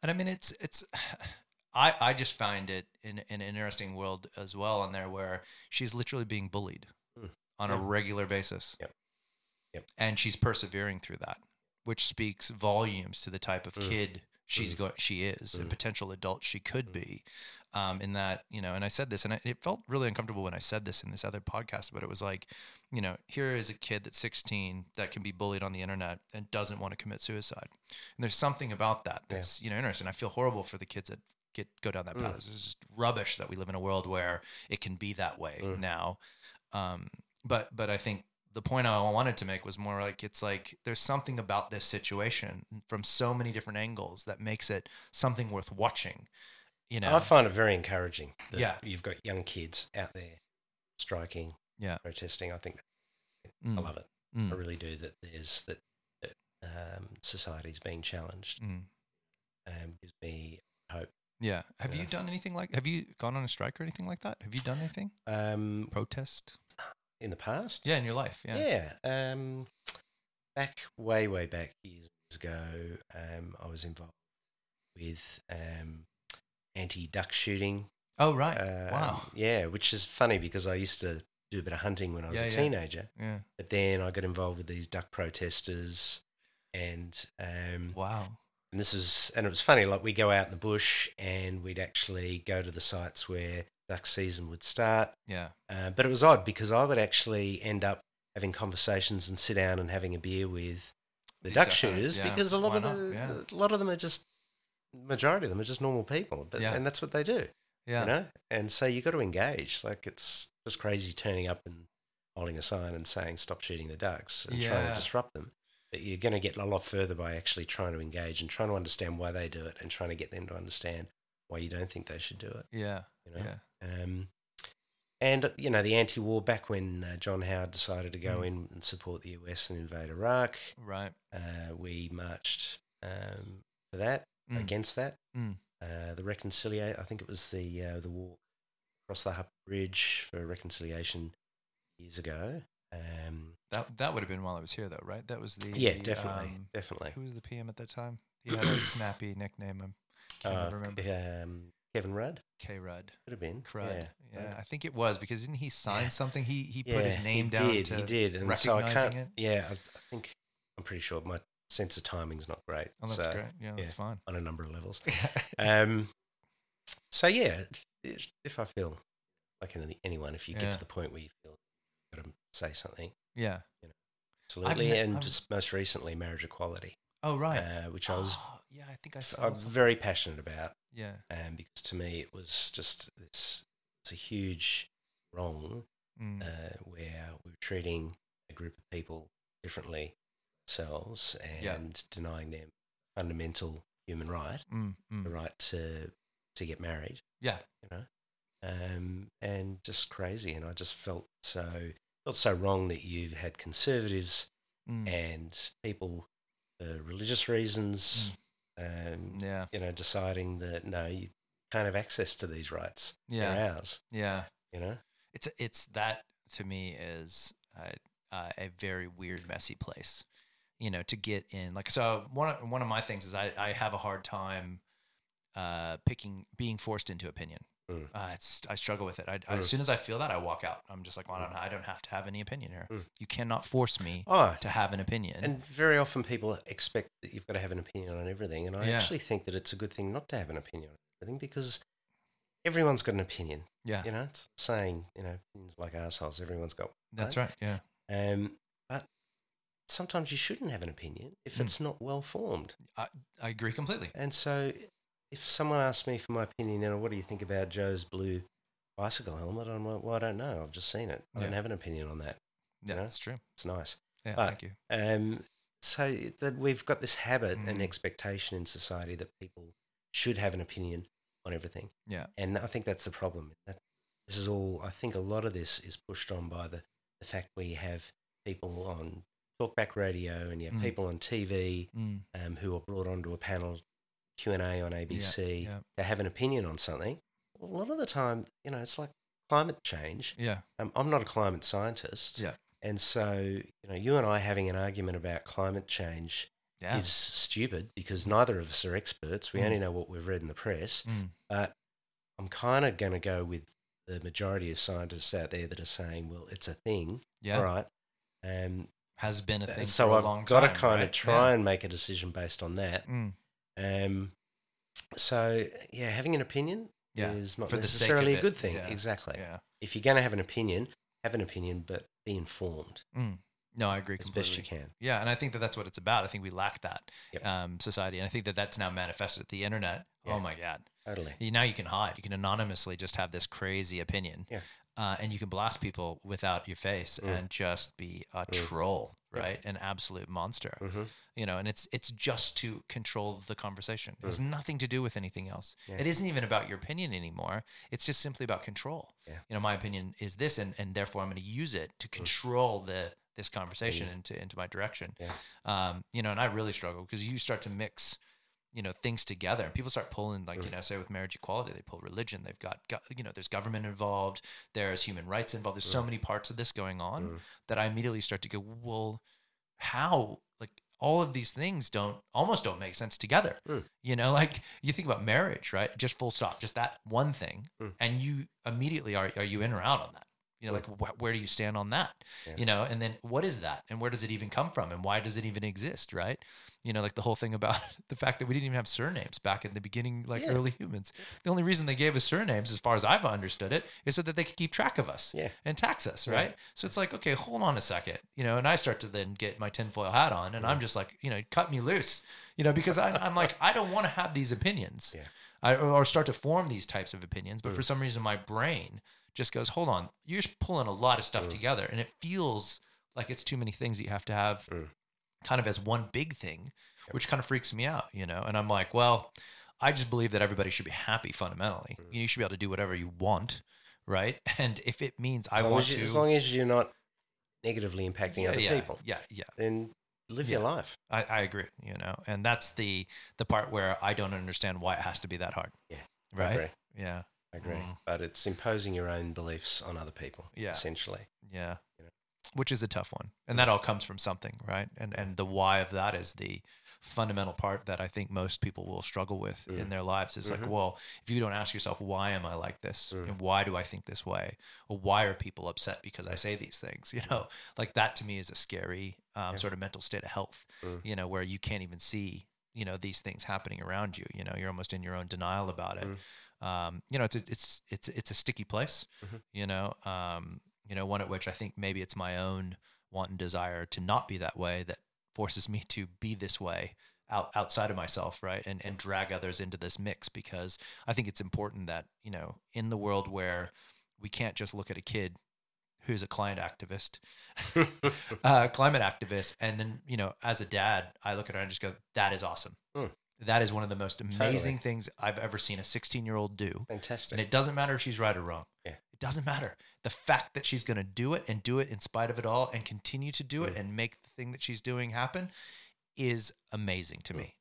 Speaker 1: and i mean it's it's i i just find it in, in an interesting world as well on there where she's literally being bullied
Speaker 2: Mm.
Speaker 1: on
Speaker 2: Yeah.
Speaker 1: a regular basis
Speaker 2: Yep. Yep.
Speaker 1: and she's persevering through that which speaks volumes to the type of
Speaker 2: Mm.
Speaker 1: kid she's
Speaker 2: Mm.
Speaker 1: going she is a
Speaker 2: Mm.
Speaker 1: potential adult she could
Speaker 2: Mm.
Speaker 1: be um in that you know and i said this and I, it felt really uncomfortable when i said this in this other podcast but it was like you know here is a kid that's 16 that can be bullied on the internet and doesn't want to commit suicide and there's something about that
Speaker 2: Yeah.
Speaker 1: that's you know interesting. I feel horrible for the kids that get go down that
Speaker 2: Mm.
Speaker 1: path. It's just rubbish that we live in a world where it can be that way
Speaker 2: Mm.
Speaker 1: now. Um, but but I think the point I wanted to make was more like it's like there's something about this situation from so many different angles that makes it something worth watching. You know,
Speaker 2: I find it very encouraging that
Speaker 1: Yeah.
Speaker 2: you've got young kids out there striking,
Speaker 1: Yeah.
Speaker 2: protesting. I think
Speaker 1: Mm,
Speaker 2: I love it. I
Speaker 1: mm,
Speaker 2: really do. That there's that, that um, society's being challenged
Speaker 1: mm.
Speaker 2: um, gives me hope.
Speaker 1: yeah. Have
Speaker 2: Yeah.
Speaker 1: you done anything like? Have you gone on a strike or anything like that? Have you done anything
Speaker 2: Um,
Speaker 1: protest?
Speaker 2: in the past,
Speaker 1: Yeah, in your life. Yeah.
Speaker 2: yeah. um, back way way back years ago, um, I was involved with um, anti duck shooting
Speaker 1: Oh right.
Speaker 2: Um,
Speaker 1: wow.
Speaker 2: Yeah, which is funny because I used to do a bit of hunting when I was
Speaker 1: Yeah,
Speaker 2: a
Speaker 1: yeah.
Speaker 2: teenager,
Speaker 1: Yeah.
Speaker 2: but then I got involved with these duck protesters, and um,
Speaker 1: Wow.
Speaker 2: and this was and it was funny. Like we go out in the bush and we'd actually go to the sites where duck season would start,
Speaker 1: Yeah.
Speaker 2: uh, but it was odd because I would actually end up having conversations and sit down and having a beer with the
Speaker 1: These
Speaker 2: duck
Speaker 1: duck
Speaker 2: shooters
Speaker 1: hunters, yeah.
Speaker 2: because a lot
Speaker 1: Why
Speaker 2: of
Speaker 1: not?
Speaker 2: the,
Speaker 1: Yeah.
Speaker 2: a lot of them are just majority of them are just normal people, but,
Speaker 1: Yeah.
Speaker 2: and that's what they do
Speaker 1: Yeah.
Speaker 2: you know and so you got to engage like it's just crazy turning up and holding a sign and saying stop shooting the ducks and trying
Speaker 1: Yeah.
Speaker 2: to disrupt them but you're going to get a lot further by actually trying to engage and trying to understand why they do it and trying to get them to understand why you don't think they should do it
Speaker 1: Yeah.
Speaker 2: you know
Speaker 1: Yeah.
Speaker 2: um, and you know the anti-war back when uh, john howard decided to
Speaker 1: Hmm.
Speaker 2: go in and support the us and invade iraq
Speaker 1: Right.
Speaker 2: uh, we marched um, for that
Speaker 1: Mm.
Speaker 2: against that.
Speaker 1: Mm.
Speaker 2: Uh, the reconciliation, I think it was the uh, the walk across the Hupp Bridge for reconciliation years ago. Um,
Speaker 1: That that would have been while I was here though, right? That was the
Speaker 2: yeah, definitely,
Speaker 1: um,
Speaker 2: definitely.
Speaker 1: who was the PM at that time? He had a snappy nickname. I can't
Speaker 2: Uh,
Speaker 1: even remember.
Speaker 2: um, Kevin Rudd
Speaker 1: K. Rudd.
Speaker 2: could have been
Speaker 1: Crud. Yeah.
Speaker 2: Rudd.
Speaker 1: I think it was because didn't he sign
Speaker 2: Yeah.
Speaker 1: something? He he
Speaker 2: Yeah,
Speaker 1: put his name
Speaker 2: he
Speaker 1: down
Speaker 2: Did,
Speaker 1: to
Speaker 2: he did, and so I
Speaker 1: recognizing
Speaker 2: can't.
Speaker 1: it?
Speaker 2: Yeah, I, I think I'm pretty sure my sense of timing's not great.
Speaker 1: Oh, that's
Speaker 2: so,
Speaker 1: great. Yeah, that's fine.
Speaker 2: on a number of levels. Um, so yeah, if, if I feel like any- anyone, if you get
Speaker 1: Yeah.
Speaker 2: to the point where you feel you've got to say something,
Speaker 1: yeah.
Speaker 2: absolutely.
Speaker 1: ne-
Speaker 2: and
Speaker 1: I'm-
Speaker 2: just most recently, marriage equality,
Speaker 1: Oh right.
Speaker 2: uh, which I was
Speaker 1: Oh, yeah, I think I
Speaker 2: f-
Speaker 1: saw.
Speaker 2: I'm
Speaker 1: something.
Speaker 2: very passionate about,
Speaker 1: yeah.
Speaker 2: um, because to me it was just this. It's a huge wrong
Speaker 1: Mm.
Speaker 2: uh, where we're treating a group of people differently ourselves and
Speaker 1: Yeah.
Speaker 2: denying them fundamental human right,
Speaker 1: mm,
Speaker 2: the
Speaker 1: mm.
Speaker 2: right to to get married.
Speaker 1: Yeah.
Speaker 2: you know, um, and just crazy. And I just felt so felt so wrong that you had conservatives
Speaker 1: Mm.
Speaker 2: and people for religious reasons
Speaker 1: Mm.
Speaker 2: um,
Speaker 1: Yeah.
Speaker 2: you know, deciding that no, you can't have access to these rights.
Speaker 1: Yeah.
Speaker 2: They're ours.
Speaker 1: Yeah.
Speaker 2: You know,
Speaker 1: It's it's that to me is uh, uh, a very weird, messy place. You know, to get in like so one of- one of my things is I I have a hard time uh picking being forced into opinion.
Speaker 2: Mm.
Speaker 1: Uh, it's I struggle with it. I, I-
Speaker 2: Mm.
Speaker 1: As soon as I feel that, I walk out. I'm just like, well, I don't I don't have to have any opinion here.
Speaker 2: Mm.
Speaker 1: You cannot force me
Speaker 2: oh,
Speaker 1: to have an opinion.
Speaker 2: and very often people expect that you've got to have an opinion on everything, and I
Speaker 1: Yeah.
Speaker 2: actually think that it's a good thing not to have an opinion on everything because everyone's got an opinion.
Speaker 1: yeah,
Speaker 2: You know, it's the saying you know, opinions like assholes. Everyone's got.
Speaker 1: that's right. Yeah,
Speaker 2: Um, but sometimes you shouldn't have an opinion if
Speaker 1: Mm.
Speaker 2: it's not well formed.
Speaker 1: I agree completely.
Speaker 2: And so, if someone asks me for my opinion, you know, what do you think about Joe's blue bicycle helmet? I'm like, well, I don't know. I've just seen it. I don't
Speaker 1: Yeah.
Speaker 2: have an opinion on that.
Speaker 1: Yeah,
Speaker 2: Yeah.
Speaker 1: that's true.
Speaker 2: It's nice.
Speaker 1: Yeah,
Speaker 2: But-
Speaker 1: thank you.
Speaker 2: Um, so that we've got this habit and
Speaker 1: Mm.
Speaker 2: expectation in society that people should have an opinion on everything.
Speaker 1: Yeah.
Speaker 2: And I think that's the problem. That this is all. I think a lot of this is pushed on by the the fact we have people on talkback radio and you have
Speaker 1: Mm.
Speaker 2: people on TV
Speaker 1: Mm,
Speaker 2: um, who are brought onto a panel Q and A on ABC
Speaker 1: yeah.
Speaker 2: to have an opinion on something. A lot of the time, you know, it's like climate change.
Speaker 1: yeah,
Speaker 2: Um, I'm not a climate scientist.
Speaker 1: Yeah.
Speaker 2: And so, you know, you and I having an argument about climate change
Speaker 1: yeah.
Speaker 2: is stupid because neither of us are experts. We
Speaker 1: Mm.
Speaker 2: only know what we've read in the press.
Speaker 1: Mm,
Speaker 2: But I'm kind of going to go with the majority of scientists out there that are saying, well, it's a thing.
Speaker 1: yeah.
Speaker 2: All right. Um,
Speaker 1: Has been a thing
Speaker 2: and so
Speaker 1: for a
Speaker 2: I've
Speaker 1: long
Speaker 2: got
Speaker 1: time.
Speaker 2: to kind
Speaker 1: right?
Speaker 2: of try and make a decision based on that.
Speaker 1: Yeah. Mm,
Speaker 2: Um, so, yeah, having an opinion
Speaker 1: yeah.
Speaker 2: is not
Speaker 1: For the sake of
Speaker 2: necessarily a
Speaker 1: it,
Speaker 2: good thing.
Speaker 1: yeah,
Speaker 2: Exactly.
Speaker 1: yeah.
Speaker 2: If you're going to have an opinion, have an opinion, but be informed.
Speaker 1: Mm. No, I agree
Speaker 2: as
Speaker 1: completely.
Speaker 2: best you can.
Speaker 1: Yeah, and I think that that's what it's about. I think we lack that
Speaker 2: Yep.
Speaker 1: um, society, and I think that that's now manifested at the internet.
Speaker 2: Yeah.
Speaker 1: Oh my god!
Speaker 2: Totally.
Speaker 1: You- Now you can hide. You can anonymously just have this crazy opinion,
Speaker 2: Yeah.
Speaker 1: uh, and you can blast people without your face
Speaker 2: Mm.
Speaker 1: and just be a
Speaker 2: Mm.
Speaker 1: troll,
Speaker 2: Yep.
Speaker 1: right? An absolute monster,
Speaker 2: hmm
Speaker 1: you know. And it's it's just to control the conversation. It has nothing to do with anything else.
Speaker 2: Mm. Yeah.
Speaker 1: It isn't even about your opinion anymore. It's just simply about control.
Speaker 2: Yeah. Mm.
Speaker 1: You know, my opinion is this, and and therefore I'm going to use it to control the this conversation into into my direction
Speaker 2: Yeah.
Speaker 1: um, you know, and I really struggle because you start to mix, you know, things together. And people start pulling, like
Speaker 2: Mm.
Speaker 1: you know, say with marriage equality, they pull religion. They've got, go- you know, there's government involved, there's human rights involved. There's so many parts of this going on
Speaker 2: Mm.
Speaker 1: that I immediately start to go, well, how like all of these things don't almost don't make sense together.
Speaker 2: Mm.
Speaker 1: You know, like you think about marriage, right? Just full stop, just that one thing,
Speaker 2: Mm.
Speaker 1: and you immediately are are you in or out on that? You know, like wh- where do you stand on that?
Speaker 2: Yeah.
Speaker 1: You know, and then what is that, and where does it even come from, and why does it even exist, right? You know, like the whole thing about the fact that we didn't even have surnames back in the beginning, like
Speaker 2: Yeah.
Speaker 1: early humans. The only reason they gave us surnames, as far as I've understood it, is so that they could keep track of us
Speaker 2: Yeah.
Speaker 1: and tax us,
Speaker 2: Yeah.
Speaker 1: right? So it's like, okay, hold on a second, you know, and I start to then get my tinfoil hat on and
Speaker 2: Mm-hmm.
Speaker 1: I'm just like, you know, cut me loose, you know, because I, I'm like, I don't want to have these opinions
Speaker 2: Yeah.
Speaker 1: I, or start to form these types of opinions. But for
Speaker 2: Mm.
Speaker 1: some reason, my brain just goes, hold on, you're just pulling a lot of stuff
Speaker 2: Mm.
Speaker 1: together and it feels like it's too many things that you have to have
Speaker 2: Mm.
Speaker 1: kind of as one big thing,
Speaker 2: Yep.
Speaker 1: which kind of freaks me out, you know, and I'm like, well, I just believe that everybody should be happy fundamentally.
Speaker 2: Mm.
Speaker 1: You should be able to do whatever you want. Right. And if it means
Speaker 2: As,
Speaker 1: I
Speaker 2: long
Speaker 1: want
Speaker 2: as, you,
Speaker 1: to
Speaker 2: as long as you're not negatively impacting
Speaker 1: yeah,
Speaker 2: other
Speaker 1: yeah,
Speaker 2: people,
Speaker 1: Yeah, yeah,
Speaker 2: then live your
Speaker 1: Yeah.
Speaker 2: life.
Speaker 1: I, I agree. You know, and that's the the part where I don't understand why it has to be that hard.
Speaker 2: Yeah, I
Speaker 1: Right.
Speaker 2: agree.
Speaker 1: Yeah.
Speaker 2: I agree.
Speaker 1: Mm.
Speaker 2: But it's imposing your own beliefs on other people,
Speaker 1: Yeah.
Speaker 2: essentially.
Speaker 1: Yeah.
Speaker 2: You know.
Speaker 1: Which is a tough one, and that all comes from something, right? And and the why of that is the fundamental part that I think most people will struggle with in
Speaker 2: Mm.
Speaker 1: their lives. It's
Speaker 2: Mhm.
Speaker 1: like, well, if you don't ask yourself, why am I like this,
Speaker 2: Mm.
Speaker 1: and why do I think this way, or why are people upset because I say these things? You know, like that to me is a scary um,
Speaker 2: Yeah.
Speaker 1: sort of mental state of health.
Speaker 2: Mm.
Speaker 1: You know, where you can't even see you know these things happening around you. You know, you're almost in your own denial about it.
Speaker 2: Mm.
Speaker 1: Um, you know, it's a, it's it's it's a sticky place
Speaker 2: Mm-hmm.
Speaker 1: you know um you know one at which i think maybe it's my own want and desire to not be that way that forces me to be this way out, outside of myself right and and drag others into this mix because i think it's important that you know in the world where we can't just look at a kid who's a client activist
Speaker 2: Mm.
Speaker 1: uh, climate activist and then you know as a dad i look at her and just go that is awesome
Speaker 2: Mm.
Speaker 1: that is one of the most amazing
Speaker 2: Totally.
Speaker 1: things i've ever seen a 16 year old do
Speaker 2: Fantastic.
Speaker 1: and it doesn't matter if she's right or wrong.
Speaker 2: Yeah.
Speaker 1: It doesn't matter. The fact that she's going to do it and do it in spite of it all
Speaker 2: Mm. Mm.
Speaker 1: and continue to do it and make the thing that she's doing happen is amazing to me.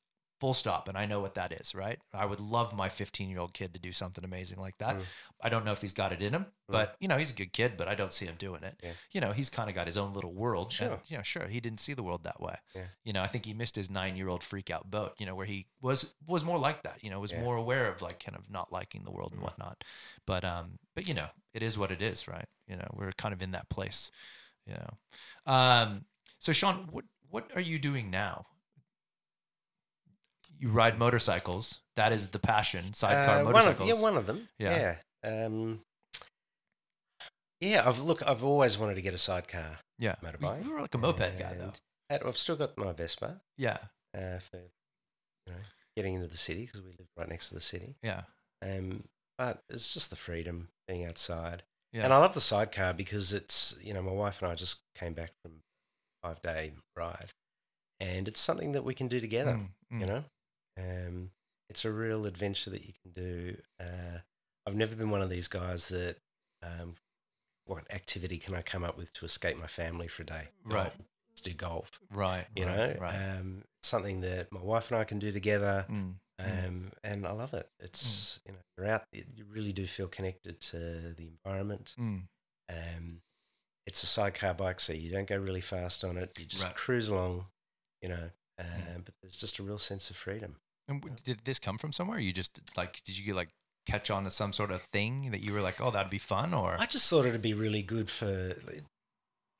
Speaker 1: full stop and i know what that is right i would love my 15 year old kid to do something amazing like that
Speaker 2: Mm.
Speaker 1: i don't know if he's got it in him but you know he's a good kid but i don't see him doing it
Speaker 2: Yeah.
Speaker 1: you know he's kind of got his own little world
Speaker 2: Sure.
Speaker 1: you know sure he didn't see the world that way
Speaker 2: Yeah.
Speaker 1: you know i think he missed his nine year old freak out boat you know where he was was more like that you know was
Speaker 2: Yeah.
Speaker 1: more aware of like kind of not liking the world and
Speaker 2: Mm.
Speaker 1: whatnot but um but you know it is what it is right you know we're kind of in that place you know um so sean what what are you doing now you ride motorcycles that is the passion sidecar
Speaker 2: Uh, one of,
Speaker 1: motorcycles
Speaker 2: yeah, one of them.
Speaker 1: Yeah.
Speaker 2: Yeah. Yeah. Um, yeah. I've look. I've always wanted to get a sidecar
Speaker 1: yeah
Speaker 2: motorbike.
Speaker 1: you were like a moped guy though
Speaker 2: and had- I've still got my Vespa
Speaker 1: yeah
Speaker 2: uh, for you know getting into the city because we live right next to the city.
Speaker 1: yeah
Speaker 2: Um, but it's just the freedom being outside.
Speaker 1: yeah
Speaker 2: And I love the sidecar because it's, you know, my wife and I just came back from five day ride and it's something that we can do together,
Speaker 1: Mm, mm.
Speaker 2: you know? Um, it's a real adventure that you can do. Uh, I've never been one of these guys that, um, what activity can I come up with to escape my family for a day?
Speaker 1: Right.
Speaker 2: Golf. Let's do golf,
Speaker 1: right
Speaker 2: you
Speaker 1: right,
Speaker 2: know?
Speaker 1: right
Speaker 2: Um, something that my wife and I can do together.
Speaker 1: Mm, mm.
Speaker 2: Um, and I love it. It's you know you're out. You really do feel connected to the environment.
Speaker 1: mm.
Speaker 2: Um, it's a sidecar bike, so you don't go really fast on it. You just
Speaker 1: Right. Mm.
Speaker 2: cruise along, you know. Um, But there's just a real sense of freedom.
Speaker 1: And w- did this come from somewhere? You just like, did you get like catch on to some sort of thing that you were like, oh, that'd be fun, or
Speaker 2: I just thought it'd be really good for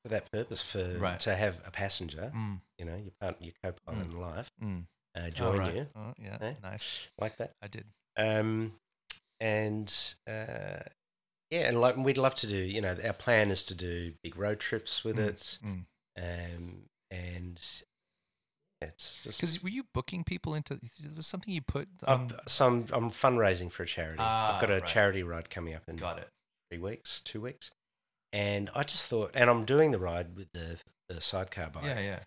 Speaker 2: for that purpose, for
Speaker 1: Right.
Speaker 2: to have a passenger,
Speaker 1: Mm,
Speaker 2: you know, your partner, your co-pilot in life,
Speaker 1: mm.
Speaker 2: uh,
Speaker 1: oh,
Speaker 2: join
Speaker 1: right.
Speaker 2: you
Speaker 1: Oh, yeah,
Speaker 2: Eh?
Speaker 1: nice.
Speaker 2: like that.
Speaker 1: I did.
Speaker 2: Um, and uh, yeah, and like we'd love to do. You know, our plan is to do big road trips with it.
Speaker 1: mm.
Speaker 2: Um, and it's just
Speaker 1: Because were you booking people into? There was something you put.
Speaker 2: I've-
Speaker 1: Um,
Speaker 2: so I'm, I'm fundraising for a charity.
Speaker 1: Ah,
Speaker 2: I've got a
Speaker 1: right.
Speaker 2: charity ride coming up in
Speaker 1: got it.
Speaker 2: three weeks, two weeks, and I just thought, and I'm doing the ride with the the sidecar bike,
Speaker 1: Yeah, yeah,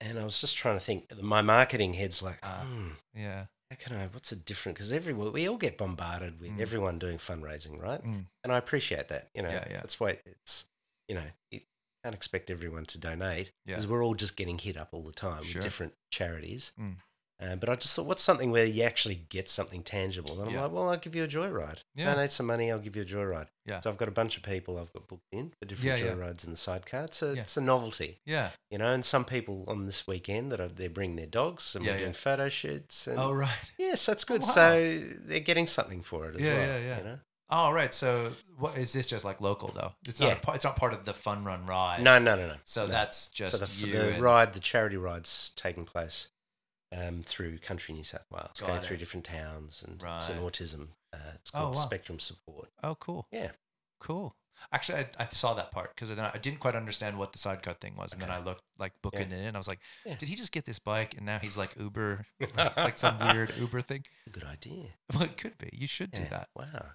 Speaker 2: and I was just trying to think. My marketing head's like,
Speaker 1: Ah.
Speaker 2: hmm,
Speaker 1: yeah.
Speaker 2: how can I? What's the different? Because every we all get bombarded with
Speaker 1: Mm.
Speaker 2: everyone doing fundraising, right?
Speaker 1: Mm.
Speaker 2: And I appreciate that. You know,
Speaker 1: Yeah, yeah.
Speaker 2: that's why it's you know you can't expect everyone to donate
Speaker 1: Yeah.
Speaker 2: because we're all just getting hit up all the time
Speaker 1: Sure.
Speaker 2: with different charities.
Speaker 1: Mm.
Speaker 2: Uh, but I just thought, what's something where you actually get something tangible? And I'm
Speaker 1: Yeah.
Speaker 2: like, well, I'll give you a joyride.
Speaker 1: Yeah.
Speaker 2: Donate some money, I'll give you a joyride.
Speaker 1: Yeah.
Speaker 2: So I've got a bunch of people I've got booked in for
Speaker 1: Yeah,
Speaker 2: different
Speaker 1: yeah.
Speaker 2: joyrides in the sidecar. It's a,
Speaker 1: Yeah.
Speaker 2: it's a novelty
Speaker 1: Yeah.
Speaker 2: you know, and some people on this weekend that are, they bring their dogs and
Speaker 1: Yeah,
Speaker 2: we're
Speaker 1: yeah.
Speaker 2: doing photo shoots. And
Speaker 1: oh right.
Speaker 2: yeah, so it's good.
Speaker 1: wow.
Speaker 2: So they're getting something for it as
Speaker 1: Yeah,
Speaker 2: well.
Speaker 1: yeah, yeah.
Speaker 2: You know?
Speaker 1: Oh right. So what is this? Just like local though. It's not.
Speaker 2: Yeah.
Speaker 1: a pa- it's not part of the fun run ride.
Speaker 2: No, no, no, no.
Speaker 1: So
Speaker 2: no.
Speaker 1: that's just
Speaker 2: so the, f-
Speaker 1: you.
Speaker 2: the
Speaker 1: and-
Speaker 2: ride, the charity ride's taking place um, through country New South Wales,
Speaker 1: Got
Speaker 2: going
Speaker 1: it.
Speaker 2: through different towns, and it's an
Speaker 1: Right.
Speaker 2: autism. Uh, it's
Speaker 1: Oh,
Speaker 2: called
Speaker 1: wow.
Speaker 2: Spectrum Support.
Speaker 1: Oh cool.
Speaker 2: Yeah.
Speaker 1: Cool. Actually, I, I siw that part because then I didn't quite understand what the sidecar thing was, and then
Speaker 2: Okay.
Speaker 1: I looked like booking it in. I was like,
Speaker 2: Yeah.
Speaker 1: "Did he just get this bike?" And now he's like Uber, like some weird Uber thing.
Speaker 2: Good idea.
Speaker 1: Well, it could be. You should do
Speaker 2: Yeah.
Speaker 1: that.
Speaker 2: Wow.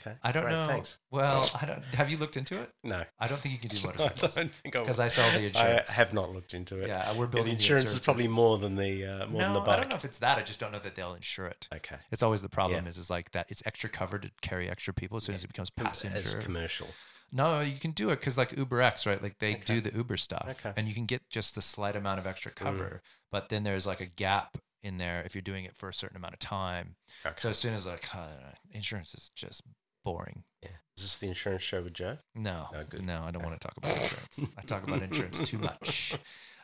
Speaker 2: Okay.
Speaker 1: I don't
Speaker 2: Great,
Speaker 1: know.
Speaker 2: Thanks.
Speaker 1: Well, I don't. Have you looked into it?
Speaker 2: No.
Speaker 1: I don't think you can do
Speaker 2: I
Speaker 1: motorcycles
Speaker 2: don't think I will.
Speaker 1: because I saw the
Speaker 2: I
Speaker 1: insurance.
Speaker 2: have not looked into it.
Speaker 1: Yeah, we're
Speaker 2: The
Speaker 1: building
Speaker 2: insurance is probably
Speaker 1: insurances.
Speaker 2: more than the uh, more than the
Speaker 1: no, I don't
Speaker 2: bike.
Speaker 1: know if it's that. I just don't know that they'll insure it.
Speaker 2: Okay.
Speaker 1: It's always the problem. Is is like that. It's extra cover to carry extra people as soon
Speaker 2: Yeah.
Speaker 1: as it becomes
Speaker 2: Com-
Speaker 1: passenger.
Speaker 2: As commercial.
Speaker 1: No, you can do it because like Uber X, right? Like they do
Speaker 2: Okay.
Speaker 1: the Uber stuff,
Speaker 2: Okay. Mm.
Speaker 1: and you can get just the slight amount of extra cover. But then there's like a gap in there if you're doing it for a certain amount of time.
Speaker 2: Okay.
Speaker 1: So as soon as like "Ah, insurance is just boring.
Speaker 2: yeah. Is this the insurance show with Joe?
Speaker 1: No,
Speaker 2: No, good.
Speaker 1: no, I don't want to talk about insurance. I talk about insurance too much,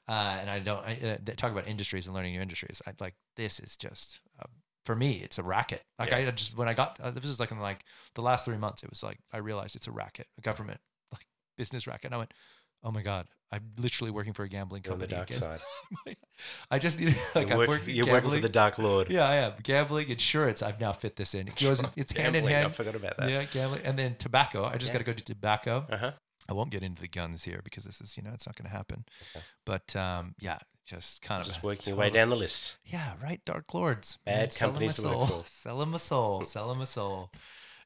Speaker 1: uh, and I don't. I uh, they talk about industries and learning new industries. I like this is just uh, for me. It's a racket. Like I just when I got uh, this is like in like the last three months, it was like I realized it's a racket, a government like business racket. And I went, oh my god, I'm literally working for a gambling
Speaker 2: You're on the
Speaker 1: company.
Speaker 2: dark
Speaker 1: again."
Speaker 2: side.
Speaker 1: I just need like
Speaker 2: you're
Speaker 1: I'm
Speaker 2: work-
Speaker 1: working.
Speaker 2: you're working for the
Speaker 1: gambling.
Speaker 2: Dark Lord.
Speaker 1: yeah, I am gambling insurance. I've now fit this in. It goes. It's hand in
Speaker 2: Gambling, I
Speaker 1: hand.
Speaker 2: forgot about that.
Speaker 1: Yeah, gambling, and then tobacco. I just
Speaker 2: Yeah.
Speaker 1: got to go to tobacco.
Speaker 2: Uh huh.
Speaker 1: I won't get into the guns here because this is, you know, it's not going to happen.
Speaker 2: Okay.
Speaker 1: But um, yeah, just kind of
Speaker 2: Just
Speaker 1: a
Speaker 2: working your way
Speaker 1: total-
Speaker 2: down the list.
Speaker 1: Yeah, right. Dark lords, man,
Speaker 2: Bad
Speaker 1: sell 'em
Speaker 2: companies
Speaker 1: a
Speaker 2: to work
Speaker 1: soul.
Speaker 2: for.
Speaker 1: Sell them a soul. Sell them a soul.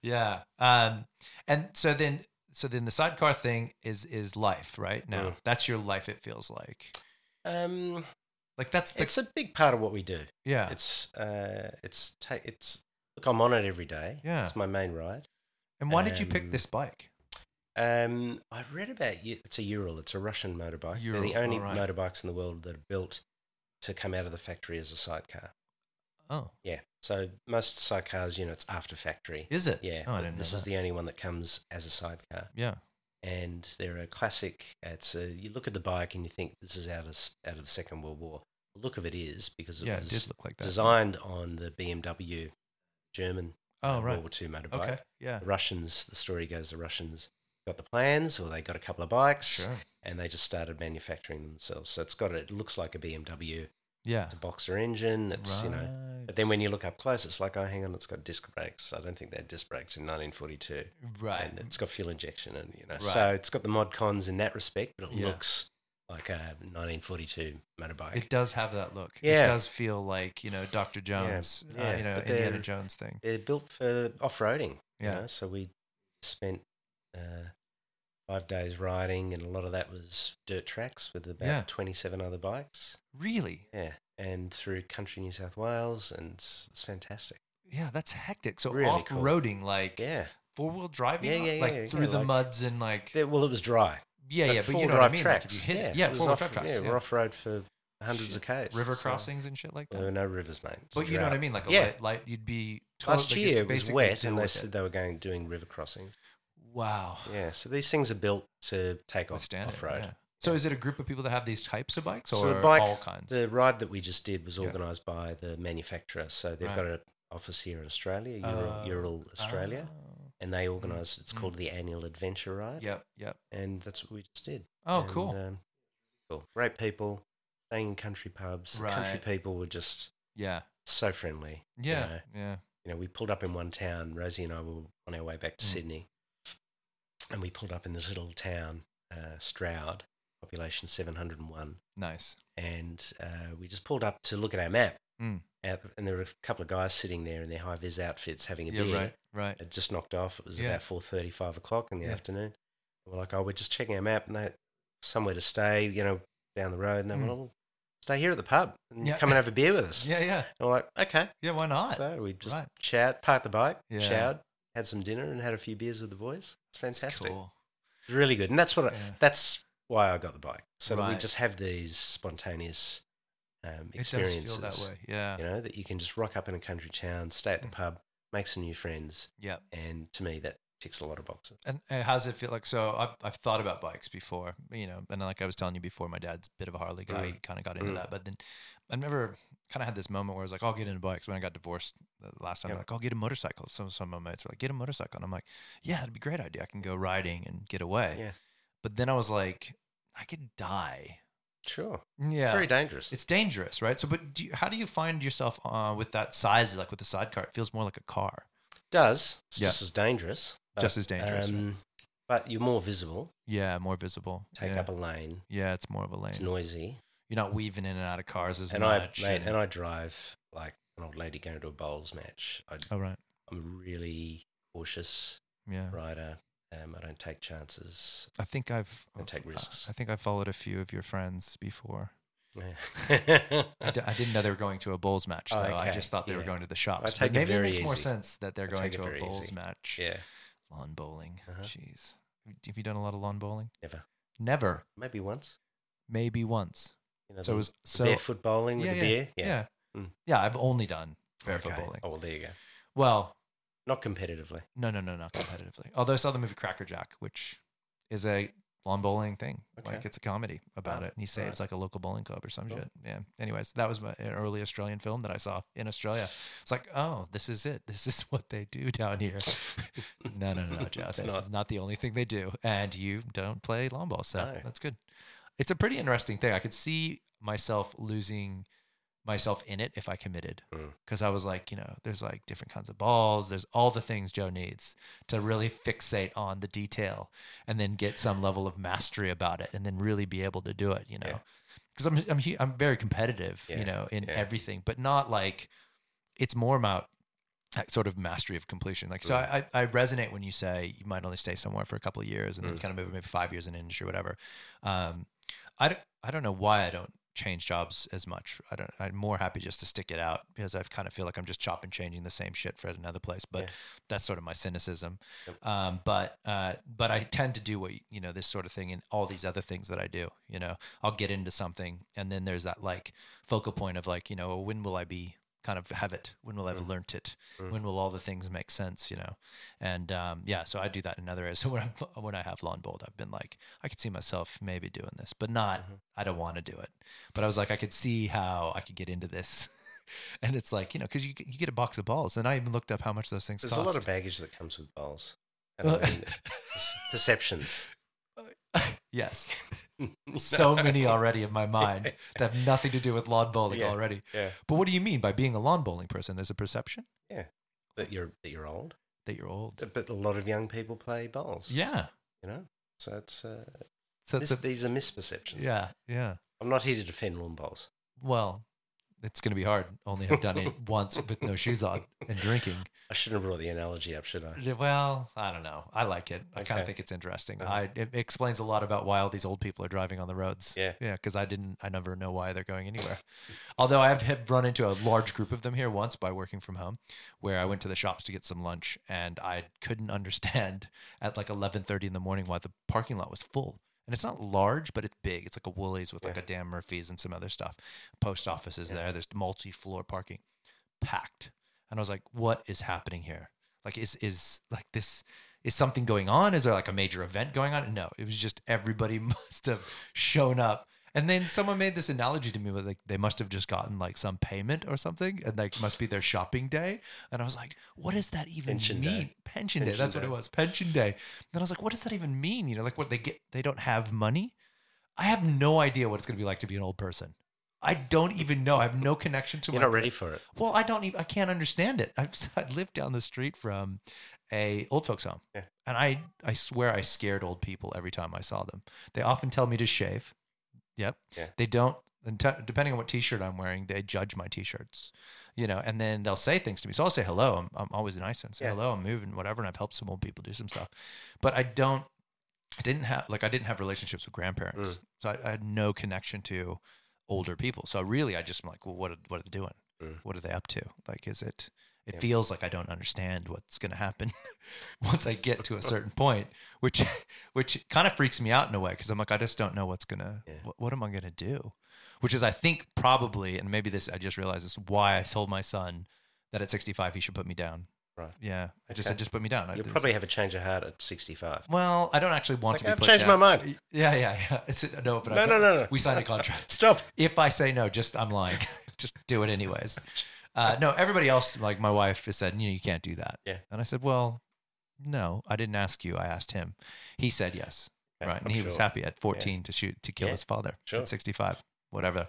Speaker 1: Yeah. Um, and so then, so then the sidecar thing is is life right now.
Speaker 2: Mm.
Speaker 1: That's your life. It feels like
Speaker 2: Um,
Speaker 1: like that's the
Speaker 2: it's a big part of what we do.
Speaker 1: yeah
Speaker 2: It's uh, it's ta- it's look, I'm on it every day.
Speaker 1: yeah.
Speaker 2: It's my main ride.
Speaker 1: And why did you pick
Speaker 2: um,
Speaker 1: this bike?
Speaker 2: Um, I read about you. It's a Ural. It's a Russian motorbike. They're
Speaker 1: Ural,
Speaker 2: the only
Speaker 1: alright.
Speaker 2: motorbikes in the world that are built to come out of the factory as a sidecar.
Speaker 1: Oh,
Speaker 2: Yeah. So most sidecars units after factory.
Speaker 1: is it?
Speaker 2: Yeah.
Speaker 1: Oh, I
Speaker 2: but
Speaker 1: didn't
Speaker 2: this
Speaker 1: know
Speaker 2: is
Speaker 1: that.
Speaker 2: the only one that comes as a sidecar.
Speaker 1: yeah.
Speaker 2: and they're a classic. It's a you look at the bike and you think this is out of s- out of the Second World War. The look of it is because it
Speaker 1: Yeah, it
Speaker 2: was
Speaker 1: did look like that.
Speaker 2: designed on the BMW German
Speaker 1: Oh,
Speaker 2: uh,
Speaker 1: right.
Speaker 2: World War II motorbike.
Speaker 1: Okay. Yeah.
Speaker 2: The Russians, the story goes, the Russians got the plans, or they got a couple of bikes,
Speaker 1: Sure.
Speaker 2: and they just started manufacturing themselves. So it's got a, it looks like a BMW.
Speaker 1: Yeah.
Speaker 2: It's a boxer engine. It's you know. But then when you look up close, it's like, oh, hang on, it's got disc brakes. I don't think they had disc brakes in 1942
Speaker 1: right.
Speaker 2: and it's got fuel injection and you know so
Speaker 1: Right.
Speaker 2: it's got the mod cons in that respect but it
Speaker 1: Yeah.
Speaker 2: looks like a 1942 motorbike
Speaker 1: It does have that look.
Speaker 2: Yeah.
Speaker 1: It does feel like, you know, Dr. Jones,
Speaker 2: yeah,
Speaker 1: Uh, you know,
Speaker 2: but
Speaker 1: Indiana
Speaker 2: they're-
Speaker 1: Jones thing.
Speaker 2: they're built for off-roading
Speaker 1: Yeah.
Speaker 2: you know so we spent uh, five days riding and a lot of that was dirt tracks with about
Speaker 1: Yeah.
Speaker 2: 27 other bikes
Speaker 1: Really?
Speaker 2: yeah and through country new south wales and it's, it's fantastic
Speaker 1: Yeah, that's hectic. So
Speaker 2: Really cool.
Speaker 1: off-roading, like
Speaker 2: yeah
Speaker 1: four-wheel driving,
Speaker 2: Yeah, yeah,
Speaker 1: like
Speaker 2: yeah,
Speaker 1: through
Speaker 2: yeah,
Speaker 1: the
Speaker 2: like-
Speaker 1: muds and like,
Speaker 2: There- well it was dry
Speaker 1: yeah, yeah, but you know what I
Speaker 2: drive
Speaker 1: mean. like, if
Speaker 2: tracks
Speaker 1: you hit it, yeah,
Speaker 2: it was
Speaker 1: four-wheel drive
Speaker 2: off-
Speaker 1: tracks,
Speaker 2: yeah,
Speaker 1: yeah,
Speaker 2: we're off-road for hundreds of k's
Speaker 1: river
Speaker 2: so-
Speaker 1: crossings and shit like that.
Speaker 2: There were no rivers, mate. It's
Speaker 1: but you know
Speaker 2: drought.
Speaker 1: what I mean, like a
Speaker 2: Yeah.
Speaker 1: light, light, you'd be tot-
Speaker 2: Last
Speaker 1: like,
Speaker 2: year
Speaker 1: it's
Speaker 2: it was
Speaker 1: basically
Speaker 2: wet,
Speaker 1: deal
Speaker 2: and they
Speaker 1: with
Speaker 2: said
Speaker 1: it.
Speaker 2: they were going doing river crossings.
Speaker 1: Wow,
Speaker 2: Yeah, so these things are built to take off
Speaker 1: withstand
Speaker 2: off road.
Speaker 1: it. yeah. So is it a group of people that have these types of bikes, or
Speaker 2: So the bike-
Speaker 1: all kinds?
Speaker 2: The ride that we just did was
Speaker 1: Yeah.
Speaker 2: organised by the manufacturer, so they've
Speaker 1: Right.
Speaker 2: got an office here in Australia, Ural,
Speaker 1: Oh.
Speaker 2: Ural Australia,
Speaker 1: Oh.
Speaker 2: and they organise. It's
Speaker 1: mm.
Speaker 2: called the annual adventure ride,
Speaker 1: Yep, yep.
Speaker 2: and that's what we just did.
Speaker 1: Oh,
Speaker 2: And,
Speaker 1: cool.
Speaker 2: Um, cool, great people, staying in country pubs. The country
Speaker 1: Right.
Speaker 2: people were just
Speaker 1: yeah,
Speaker 2: so friendly. you
Speaker 1: yeah,
Speaker 2: know.
Speaker 1: yeah.
Speaker 2: you know, we pulled up in one town. Rosie and I were on our way back to
Speaker 1: Mm.
Speaker 2: Sydney, and we pulled up in this little town, uh, Stroud, population 701.
Speaker 1: Nice.
Speaker 2: And uh, we just pulled up to look at our map.
Speaker 1: Mm.
Speaker 2: Out, and there were a couple of guys sitting there in their high vis outfits having a
Speaker 1: Yeah,
Speaker 2: beer.
Speaker 1: right, right.
Speaker 2: It just knocked off. It was
Speaker 1: Yeah.
Speaker 2: about four thirty, five o'clock in the
Speaker 1: Yeah.
Speaker 2: afternoon. And we're like, oh, we're just checking our map and they, somewhere to stay, you know, down the road. And they were
Speaker 1: Mm.
Speaker 2: like, well, stay here at the pub and
Speaker 1: Yeah.
Speaker 2: come and have a beer with us.
Speaker 1: Yeah, yeah,
Speaker 2: And we're like, okay.
Speaker 1: yeah. Why not?
Speaker 2: So we just
Speaker 1: Right.
Speaker 2: showered, parked the bike,
Speaker 1: Yeah.
Speaker 2: showered, had some dinner, and had a few beers with the boys.
Speaker 1: It's
Speaker 2: It's fantastic.
Speaker 1: cool.
Speaker 2: It's really good, and that's what I,
Speaker 1: Yeah.
Speaker 2: that's why I got the bike. So that we
Speaker 1: Right.
Speaker 2: just have these spontaneous um,
Speaker 1: It
Speaker 2: experiences.
Speaker 1: does feel that way. Yeah,
Speaker 2: You know that you can just rock up in a country town, stay at the
Speaker 1: Mm.
Speaker 2: pub, make some new friends,
Speaker 1: yeah.
Speaker 2: and to me that ticks a lot of boxes.
Speaker 1: And uh, how's it feel like? So I've, I've thought about bikes before, you know, and like I was telling you before, my dad's a bit of a Harley guy.
Speaker 2: Mm.
Speaker 1: He kind of got into
Speaker 2: Mm.
Speaker 1: that, but then I never kind of had this moment where I was like, I'll get into bikes. When I got divorced the last time,
Speaker 2: Yep.
Speaker 1: like I'll get a motorcycle. Some some of my mates were like, get a motorcycle, and I'm like, yeah, that'd be a great idea. I can go riding and get away.
Speaker 2: Yeah.
Speaker 1: But then I was like, I could die.
Speaker 2: Sure,
Speaker 1: Yeah.
Speaker 2: it's very dangerous.
Speaker 1: It's dangerous, right? So, but do you, how do you find yourself uh, with that size, like with the sidecar? It feels more like a car,
Speaker 2: does. It's
Speaker 1: Yeah.
Speaker 2: just as dangerous. but,
Speaker 1: just as dangerous. right?
Speaker 2: Uh, um, But you're more visible.
Speaker 1: yeah, more visible.
Speaker 2: Take
Speaker 1: yeah.
Speaker 2: up a lane.
Speaker 1: yeah, it's more of a lane.
Speaker 2: It's noisy.
Speaker 1: You're not weaving in and out of cars as
Speaker 2: and I
Speaker 1: much.
Speaker 2: mate, and I drive like an old lady going to a bowls match. I,
Speaker 1: oh right,
Speaker 2: I'm a really cautious
Speaker 1: yeah.
Speaker 2: rider. Um, I don't take chances.
Speaker 1: I think I've
Speaker 2: And take
Speaker 1: uh,
Speaker 2: risks.
Speaker 1: I think I followed a few of your friends before.
Speaker 2: Yeah.
Speaker 1: I, d- I didn't know they were going to a bowls match though.
Speaker 2: Oh,
Speaker 1: I
Speaker 2: okay,
Speaker 1: just thought they were
Speaker 2: yeah.
Speaker 1: going to the shops. But
Speaker 2: take it
Speaker 1: maybe it
Speaker 2: very
Speaker 1: makes more
Speaker 2: easy.
Speaker 1: sense that they're
Speaker 2: I
Speaker 1: going
Speaker 2: take it
Speaker 1: to a
Speaker 2: very
Speaker 1: bowls
Speaker 2: easy.
Speaker 1: match.
Speaker 2: yeah,
Speaker 1: Lawn bowling.
Speaker 2: Uh-huh.
Speaker 1: Jeez, have you done a lot of lawn bowling?
Speaker 2: never.
Speaker 1: Never.
Speaker 2: Maybe once.
Speaker 1: Maybe once.
Speaker 2: You know,
Speaker 1: So
Speaker 2: the
Speaker 1: it was so
Speaker 2: barefoot bowling with
Speaker 1: yeah,
Speaker 2: a
Speaker 1: yeah,
Speaker 2: beer.
Speaker 1: yeah.
Speaker 2: Yeah,
Speaker 1: Yeah.
Speaker 2: Mm.
Speaker 1: I've only done barefoot
Speaker 2: Okay.
Speaker 1: bowling.
Speaker 2: Oh, well, there you go.
Speaker 1: Well,
Speaker 2: Not competitively.
Speaker 1: no, no, no, not competitively. Although I saw the movie Cracker Jack, which is a lawn bowling thing.
Speaker 2: Okay.
Speaker 1: Like it's a comedy about
Speaker 2: Oh,
Speaker 1: it, and he saves like a local bowling club or some
Speaker 2: Cool.
Speaker 1: shit. Yeah. Anyways, that was my, an early Australian film that I saw in Australia. It's like, oh, this is it. This is what they do down here. no, no, no, no, Jeff.
Speaker 2: It's
Speaker 1: this
Speaker 2: not.
Speaker 1: is not the only thing they do, and you don't play lawn ball, so
Speaker 2: No.
Speaker 1: that's good. It's a pretty interesting thing. I could see myself losing myself in it if I committed.
Speaker 2: Mm.
Speaker 1: Because I was like, you know, there's like different kinds of balls. There's all the things Joe needs to really fixate on the detail and then get some level of mastery about it and then really be able to do it, you
Speaker 2: Yeah.
Speaker 1: know? Because I'm, I'm, hu- I'm very competitive,
Speaker 2: Yeah,
Speaker 1: you know, in
Speaker 2: yeah.
Speaker 1: everything, but not like it's more about that sort of mastery of completion. Like, so I, I I resonate when you say you might only stay somewhere for a couple of years and then
Speaker 2: Mm.
Speaker 1: kind of move maybe five years in industry, whatever. Um, I don't, I don't know why I don't change jobs as much. I don't, I'm more happy just to stick it out because I kind of feel like I'm just chopping, changing the same shit for another place. But
Speaker 2: Yeah.
Speaker 1: that's sort of my cynicism.
Speaker 2: Yep.
Speaker 1: Um, but, uh, but I tend to do what, you know, this sort of thing in all these other things that I do, you know, I'll get into something and then there's that like focal point of like, you know, when will I be kind of have it? When will I have
Speaker 2: Mm.
Speaker 1: learnt it?
Speaker 2: Mm.
Speaker 1: When will all the things make sense? You know, and um, yeah, so I do that in other areas. So when I when I have lawn bowled, I've been like, I could see myself maybe doing this, but not.
Speaker 2: Mhm.
Speaker 1: I don't want to do it. But I was like, I could see how I could get into this. And it's like you know, because you, you get a box of balls, and I even looked up how much those things
Speaker 2: There's
Speaker 1: cost.
Speaker 2: a lot of baggage that comes with bowls. And I mean, it's perceptions.
Speaker 1: yes, so many already in my mind that have nothing to do with lawn bowling
Speaker 2: Yeah.
Speaker 1: already.
Speaker 2: Yeah.
Speaker 1: But what do you mean by being a lawn bowling person? There's a perception
Speaker 2: That you're that you're old.
Speaker 1: that you're old.
Speaker 2: But a lot of young people play bowls.
Speaker 1: Yeah.
Speaker 2: You know? So it's uh,
Speaker 1: So it's
Speaker 2: mis-
Speaker 1: a,
Speaker 2: these are misperceptions.
Speaker 1: yeah, yeah.
Speaker 2: I'm not here to defend lawn bowls.
Speaker 1: Well, it's going to be hard. Only have done it once with no shoes on and drinking.
Speaker 2: I shouldn't have brought the analogy up, should I?
Speaker 1: Mm. Well, I don't know. I like it. I kind of
Speaker 2: Okay.
Speaker 1: think it's interesting.
Speaker 2: Uh-huh.
Speaker 1: I it explains a lot about why all these old people are driving on the roads.
Speaker 2: Yeah.
Speaker 1: yeah. Because I didn't. I never know why they're going anywhere. Although I have- have run into a large group of them here once by working from home, where I went to the shops to get some lunch and I couldn't understand at like eleven thirty in the morning why the parking lot was full. And it's not large, but it's big. It's like a Woolies with like
Speaker 2: Yeah.
Speaker 1: a Dan Murphy's and some other stuff. Post office is
Speaker 2: Yeah.
Speaker 1: there. There's multi-floor parking, packed. And I was like, "What is happening here? Like, is is like this? Is something going on? Is there like a major event going on? No, it was just everybody must have shown up. And then someone made this analogy to me where like they must have just gotten like some payment or something, and like must be their shopping day. And I was like, "What does that even
Speaker 2: Pension
Speaker 1: mean?
Speaker 2: day.
Speaker 1: Pension day.
Speaker 2: Pension
Speaker 1: That's what
Speaker 2: day.
Speaker 1: it was. Pension day." Then I was like, "What does that even mean? You know, like what they get? They don't have money. I have no idea what it's going to be like to be an old person. I don't even know. I have no connection to
Speaker 2: You're
Speaker 1: my
Speaker 2: not ready for it.
Speaker 1: well, I don't even, I can't understand it. I've, I lived down the street from a old folks home.
Speaker 2: Yeah.
Speaker 1: And I, I swear I scared old people every time I saw them. They often tell me to shave. Yep.
Speaker 2: Yeah.
Speaker 1: They don't, and t- depending on what t-shirt I'm wearing, they judge my t-shirts, you know, and then they'll say things to me. So I'll say hello. I'm, I'm always nice and say
Speaker 2: Yeah.
Speaker 1: hello. I'm moving, whatever. And I've helped some old people do some stuff, but I don't, I didn't have, like, I didn't have relationships with grandparents.
Speaker 2: Mm.
Speaker 1: So I, I had no connection to older people. So really, I just am like, well, what are, what are they doing?
Speaker 2: Mm.
Speaker 1: What are they up to? Like, is it? It
Speaker 2: Yeah.
Speaker 1: feels like I don't understand what's going to happen once I get to a certain point, which which kind of freaks me out in a way because I'm like, I just don't know what's gonna,
Speaker 2: Yeah.
Speaker 1: what, what am I gonna do? Which is, I think probably, and maybe this I just realized is why I told my son that at 65 he should put me down.
Speaker 2: Right.
Speaker 1: Yeah. I just
Speaker 2: Okay.
Speaker 1: said just put me down. I-
Speaker 2: You'll
Speaker 1: it's-
Speaker 2: probably have a change of heart at 65.
Speaker 1: Well, I don't actually want
Speaker 2: like,
Speaker 1: to be
Speaker 2: I've
Speaker 1: put
Speaker 2: changed my
Speaker 1: down.
Speaker 2: mind.
Speaker 1: Yeah, yeah, yeah. It's no, but
Speaker 2: No,
Speaker 1: I,
Speaker 2: no, no, no.
Speaker 1: We signed a contract
Speaker 2: Stop.
Speaker 1: if I say no, just I'm lying. just do it anyways. Uh, no, everybody else, like my wife, has said, you know, you can't do that.
Speaker 2: Yeah.
Speaker 1: And I said, well, no, I didn't ask you. I asked him. He said yes.
Speaker 2: Yeah,
Speaker 1: right. And
Speaker 2: I'm
Speaker 1: he was
Speaker 2: sure.
Speaker 1: happy at 14 to shoot to kill
Speaker 2: Yeah,
Speaker 1: his father
Speaker 2: sure.
Speaker 1: at 65, whatever.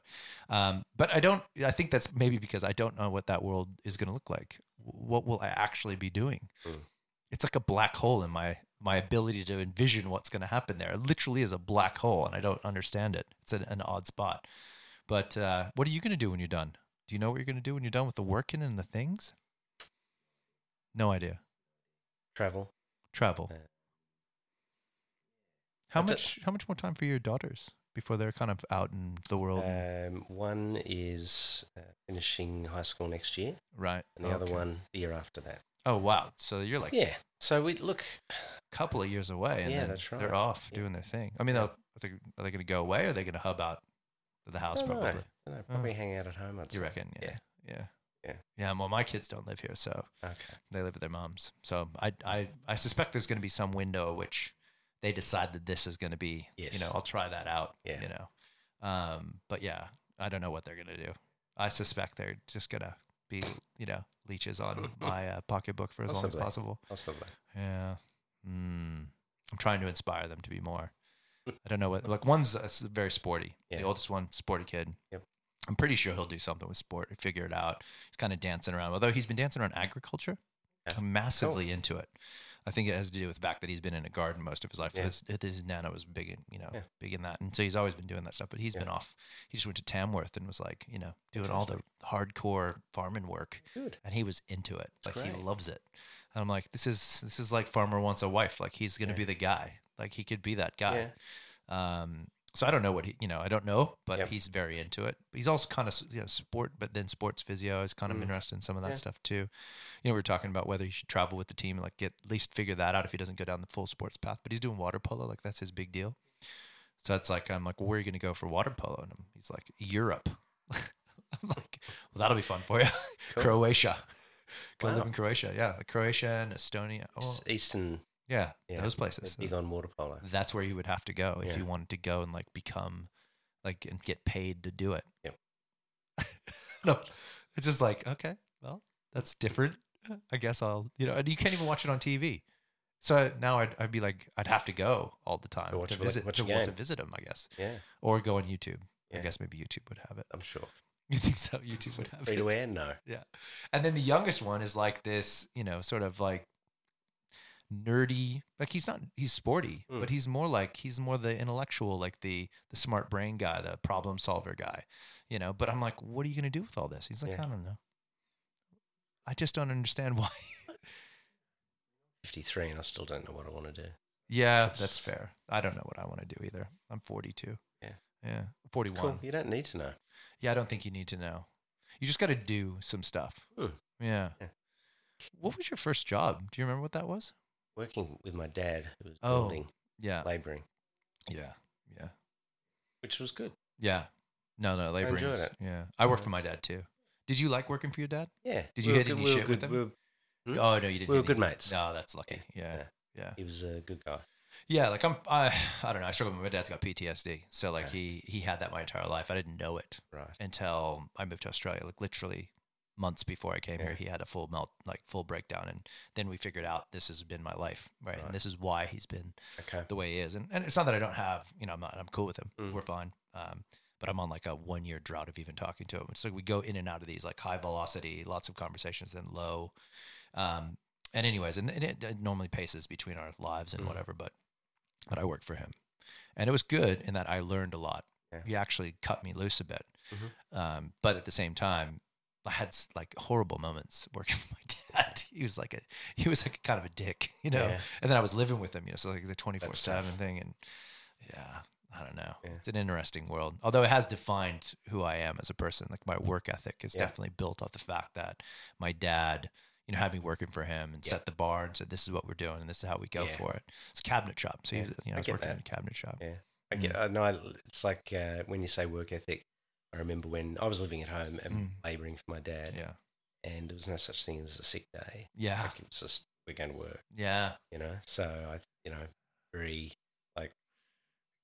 Speaker 1: Um, but I don't. I think that's maybe because I don't know what that world is going to look like. W- What will I actually be doing?
Speaker 2: Mm.
Speaker 1: It's like a black hole in my my ability to envision what's going to happen there. It literally is a black hole, and I don't understand it. It's an, an odd spot. But uh, what are you going to do when you're done? Do you know what you're going to do when you're done with the working and the things? No idea.
Speaker 2: Travel.
Speaker 1: Travel.
Speaker 2: Yeah.
Speaker 1: How
Speaker 2: I d-
Speaker 1: much? How much more time for your daughters before they're kind of out in the world? and-
Speaker 2: Um, one is uh, finishing high school next year,
Speaker 1: right.
Speaker 2: and the other
Speaker 1: Okay.
Speaker 2: one the year after that.
Speaker 1: Oh wow! So you're like
Speaker 2: yeah. So we look.
Speaker 1: a couple of years away, and
Speaker 2: Yeah,
Speaker 1: then
Speaker 2: that's right.
Speaker 1: they're off
Speaker 2: Yeah.
Speaker 1: doing their thing. I mean,
Speaker 2: Yeah.
Speaker 1: they'll- are they, are they going to go away? Or are they going to hub out to the house?
Speaker 2: Don't know.
Speaker 1: probably. Mm.
Speaker 2: Don't know, probably hang out at home. I'd
Speaker 1: You
Speaker 2: say.
Speaker 1: reckon? Yeah. Yeah.
Speaker 2: Yeah.
Speaker 1: Yeah. Well, my kids don't live here, so
Speaker 2: Okay.
Speaker 1: they live with their moms. So I, I, I suspect there's going to be some window which they decide that this is going to be. You
Speaker 2: Yes.
Speaker 1: know, I'll try that out.
Speaker 2: Yeah.
Speaker 1: You know, um, but yeah, I don't know what they're going to do. I suspect they're just going to be, you know, leeches on my uh, pocketbook for as long as
Speaker 2: Possibly.
Speaker 1: possible.
Speaker 2: Possibly.
Speaker 1: Yeah. Mm. I'm trying to inspire them to be more. I don't know what, like, one's uh, s- very sporty. The
Speaker 2: Yeah.
Speaker 1: oldest one, sporty kid.
Speaker 2: Yep.
Speaker 1: I'm pretty sure he'll do something with sport, figure it out. He's kind of dancing around, although he's been dancing around agriculture.
Speaker 2: Yeah. Oh.
Speaker 1: I'm massively into it. I think it has to do with the fact that he's been in a garden most of his life.
Speaker 2: Yeah.
Speaker 1: His, his nana was big in, you know,
Speaker 2: Yeah.
Speaker 1: big in that. And so he's always been doing that stuff, but he's
Speaker 2: Yeah.
Speaker 1: been off. He just went to Tamworth and was like, you know, doing all the hardcore farming work
Speaker 2: Good.
Speaker 1: and he was into it.
Speaker 2: That's
Speaker 1: like he
Speaker 2: great.
Speaker 1: loves it. And I'm like, this is this is like Farmer wants a wife. Like he's gonna
Speaker 2: Yeah.
Speaker 1: be the guy. Like he could be that guy. Um, so I don't know what he, you know, I don't know, but
Speaker 2: Yep.
Speaker 1: he's very into it. He's also kind of you know sport, but then sports physio is kind of
Speaker 2: Mm.
Speaker 1: interested in some of that
Speaker 2: Yeah.
Speaker 1: stuff too. You know, we were talking about whether he should travel with the team, like get at least figure that out if he doesn't go down the full sports path. But he's doing water polo, like that's his big deal. So it's like I'm like, where are you gonna go for water polo? And I'm, he's like, Europe. I'm like, Well, that'll be fun for you.
Speaker 2: Cool.
Speaker 1: Croatia. Go
Speaker 2: Wow.
Speaker 1: live in Croatia. Yeah, Croatia and Estonia. Oh,
Speaker 2: It's Eastern,
Speaker 1: yeah,
Speaker 2: yeah,
Speaker 1: those
Speaker 2: they're
Speaker 1: places.
Speaker 2: big on water polo.
Speaker 1: That's where you would have to go if
Speaker 2: Yeah.
Speaker 1: you wanted to go and like become, like, and get paid to do it.
Speaker 2: Yep.
Speaker 1: no, it's just like okay, well, that's different. I guess I'll, you know, and you can't even watch it on TV. So now I'd, I'd be like, I'd have to go all the time
Speaker 2: watch
Speaker 1: to
Speaker 2: a- like,
Speaker 1: visit
Speaker 2: watch
Speaker 1: to,
Speaker 2: a
Speaker 1: wa- to
Speaker 2: game.
Speaker 1: visit them, I guess,
Speaker 2: Yeah,
Speaker 1: or go on YouTube. I
Speaker 2: Yeah.
Speaker 1: guess maybe YouTube would have it.
Speaker 2: I'm sure.
Speaker 1: You think so? YouTube would have
Speaker 2: Free
Speaker 1: it.
Speaker 2: to air? No.
Speaker 1: And then the youngest one is like this, you know, sort of like nerdy. Like he's not he's sporty,
Speaker 2: Mm.
Speaker 1: but he's more like he's more the intellectual, like the the smart brain guy, the problem solver guy, you know. But I'm like, what are you gonna do with all this? He's like,
Speaker 2: Yeah.
Speaker 1: I don't know. I just don't understand why.
Speaker 2: 53, and I still don't know what I want to do.
Speaker 1: yeah, that's
Speaker 2: That's-
Speaker 1: fair. I don't know what I want to do either. I'm 42.
Speaker 2: Yeah.
Speaker 1: Yeah.
Speaker 2: It's
Speaker 1: 41.
Speaker 2: cool. You don't need to know.
Speaker 1: Yeah, I don't think you need to know. You just got to do some stuff.
Speaker 2: Hmm.
Speaker 1: Yeah.
Speaker 2: Yeah.
Speaker 1: What was your first job? Do you remember what that was?
Speaker 2: Working with my dad, who was
Speaker 1: Oh.
Speaker 2: building,
Speaker 1: Yeah.
Speaker 2: labouring,
Speaker 1: Yeah. Yeah.
Speaker 2: which was good.
Speaker 1: Yeah. No, no, laboring.
Speaker 2: enjoyed
Speaker 1: is-
Speaker 2: it.
Speaker 1: Yeah. I worked for my dad too. Did you like working for your dad?
Speaker 2: Yeah.
Speaker 1: Did
Speaker 2: we
Speaker 1: you
Speaker 2: were
Speaker 1: hit
Speaker 2: good-
Speaker 1: any
Speaker 2: we were
Speaker 1: shit with
Speaker 2: good-
Speaker 1: him?
Speaker 2: we were- Hmm?
Speaker 1: Oh no, you didn't.
Speaker 2: We were
Speaker 1: hit
Speaker 2: good
Speaker 1: any-
Speaker 2: mates.
Speaker 1: No, that's lucky. Yeah. Yeah.
Speaker 2: Yeah.
Speaker 1: Yeah.
Speaker 2: He was a good guy.
Speaker 1: like I'm I I don't know, I struggle with my dad's got PTSD. So like
Speaker 2: Okay.
Speaker 1: he he had that my entire life. I didn't know it
Speaker 2: Right.
Speaker 1: until I moved to Australia, like literally months before I came
Speaker 2: Yeah.
Speaker 1: here, he had a full melt, like full breakdown, and then we figured out this has been my life, right?
Speaker 2: Right.
Speaker 1: And this is why he's been
Speaker 2: Okay.
Speaker 1: the way he is. And and it's not that I don't have, you know, I'm not, I'm cool with him.
Speaker 2: Mm.
Speaker 1: We're fine. Um, but I'm on like a one year drought of even talking to him. It's like we go in and out of these like high velocity, lots of conversations, then low. Um, and anyways, and it, it normally paces between our lives and
Speaker 2: Mm.
Speaker 1: whatever. But but I worked for him, and it was good in that I learned a lot.
Speaker 2: Yeah.
Speaker 1: He actually cut me loose a bit.
Speaker 2: Mhm.
Speaker 1: Um, but at the same time, I had s- like horrible moments working with my dad. He was like a he was like kind of a dick, you know
Speaker 2: Yeah.
Speaker 1: and then I was living with them, you know, so like the 24
Speaker 2: That's
Speaker 1: 7
Speaker 2: tough.
Speaker 1: thing. And yeah, I don't know.
Speaker 2: Yeah.
Speaker 1: It's an interesting world. Although it has defined who I am as a person. Like my work ethic is
Speaker 2: Yeah.
Speaker 1: definitely built off the fact that my dad, you know, had me working for him and
Speaker 2: Yeah.
Speaker 1: set the bar and said, this is what we're doing and this is how we go
Speaker 2: Yeah.
Speaker 1: for it. It's a cabinet shop. So, he
Speaker 2: Yeah,
Speaker 1: was- you know, I,
Speaker 2: I
Speaker 1: was
Speaker 2: get
Speaker 1: working
Speaker 2: that.
Speaker 1: in a cabinet shop.
Speaker 2: Yeah. I get,
Speaker 1: Mm.
Speaker 2: I know I- it's like uh, when you say work ethic. I remember when I was living at home and
Speaker 1: Mm.
Speaker 2: labouring for my dad,
Speaker 1: Yeah. Ah.
Speaker 2: and there was no such thing as a sick day.
Speaker 1: Yeah.
Speaker 2: Like it was just we're going to work,
Speaker 1: Yeah.
Speaker 2: you know. So I, you know, very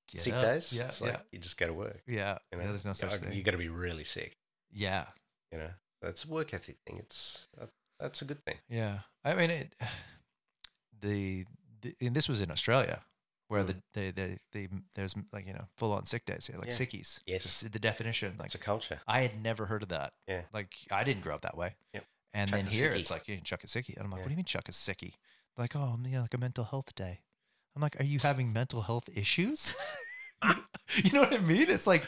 Speaker 1: Get
Speaker 2: sick
Speaker 1: up.
Speaker 2: days.
Speaker 1: Yeah.
Speaker 2: it's
Speaker 1: yeah.
Speaker 2: like you just go to work.
Speaker 1: yeah.
Speaker 2: You know?
Speaker 1: yeah. There's no such
Speaker 2: You
Speaker 1: thing.
Speaker 2: got to be really sick,
Speaker 1: Yeah.
Speaker 2: you know. That's a work ethic thing. It's that- that's a good thing.
Speaker 1: Yeah, I mean it. The, the and this was in Australia, where
Speaker 2: Mm.
Speaker 1: the, the the the there's like you know full on sick days here, like
Speaker 2: Yeah.
Speaker 1: sickies.
Speaker 2: Yes.
Speaker 1: It's the definition. Like
Speaker 2: it's a culture.
Speaker 1: I had never heard of that.
Speaker 2: Yeah.
Speaker 1: like I didn't grow up that way.
Speaker 2: Yep.
Speaker 1: And
Speaker 2: Chuck
Speaker 1: then
Speaker 2: a
Speaker 1: here
Speaker 2: sickie.
Speaker 1: it's like you can chuck a sickie, and I'm like,
Speaker 2: Yeah.
Speaker 1: what do you mean chuck a sickie? They're like oh yeah, like a mental health day. I'm like, are you having mental health issues? you know what I mean? It's like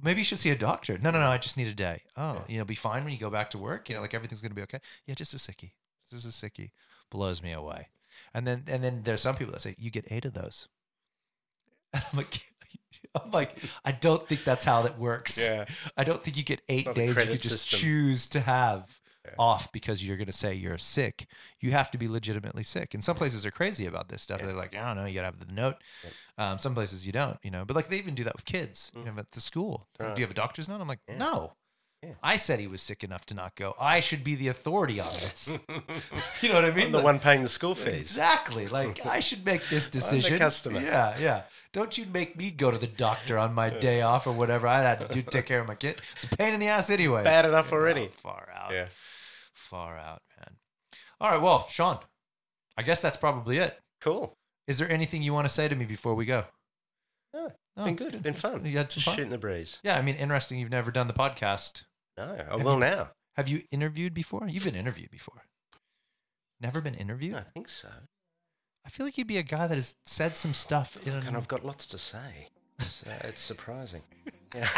Speaker 1: maybe you should see a doctor. No, no, no. I just need a day. Oh,
Speaker 2: Yeah.
Speaker 1: you'll be fine when you go back to work. You know, like everything's gonna be okay. Yeah, just a sickie. Just a sickie. Blows me away. And then and then there's some people that say you get eight of those. And I'm like, I'm like, I don't think that's how that works. I don't think you get eight
Speaker 2: not a
Speaker 1: days you
Speaker 2: credit
Speaker 1: could just
Speaker 2: system.
Speaker 1: choose to have
Speaker 2: Yeah.
Speaker 1: off because you're going to say you're sick. You have to be legitimately sick. And some places are crazy about this stuff.
Speaker 2: Yeah.
Speaker 1: They're like, I don't know, you got to have the note.
Speaker 2: Yep.
Speaker 1: Um, some places you don't, you know, but like they even do that with kids, you
Speaker 2: Mm.
Speaker 1: know, at the school. They're like, Do you
Speaker 2: Right.
Speaker 1: have a doctor's note? I'm like,
Speaker 2: Yeah.
Speaker 1: no.
Speaker 2: Yeah.
Speaker 1: I said he was sick enough to not go. I should be the authority on this. you know what I mean?
Speaker 2: I'm the
Speaker 1: Like-
Speaker 2: one paying the school fees.
Speaker 1: Exactly. Like I should make this decision.
Speaker 2: customer.
Speaker 1: Yeah, yeah. Don't you make me go to the doctor on my day off or whatever I had to do to take care of my kid. It's a pain in the ass anyway. Oh,
Speaker 2: Bad enough already.
Speaker 1: far out.
Speaker 2: Yeah.
Speaker 1: Far out, man. All right, well, Sean, I guess that's probably it.
Speaker 2: Cool.
Speaker 1: Is there anything you want to say to me before we go?
Speaker 2: No,
Speaker 1: No,
Speaker 2: been good. Been fun.
Speaker 1: You had some
Speaker 2: Just
Speaker 1: fun.
Speaker 2: shooting the breeze.
Speaker 1: Yeah, I mean, interesting. You've never done the podcast.
Speaker 2: No, I will now.
Speaker 1: Have you interviewed before? You've been interviewed before. Never been interviewed?
Speaker 2: No, I think so.
Speaker 1: Mm. I feel like you'd be a guy that has said some stuff in
Speaker 2: Look,
Speaker 1: an
Speaker 2: and I've got lots to say. So it's surprising. Yeah.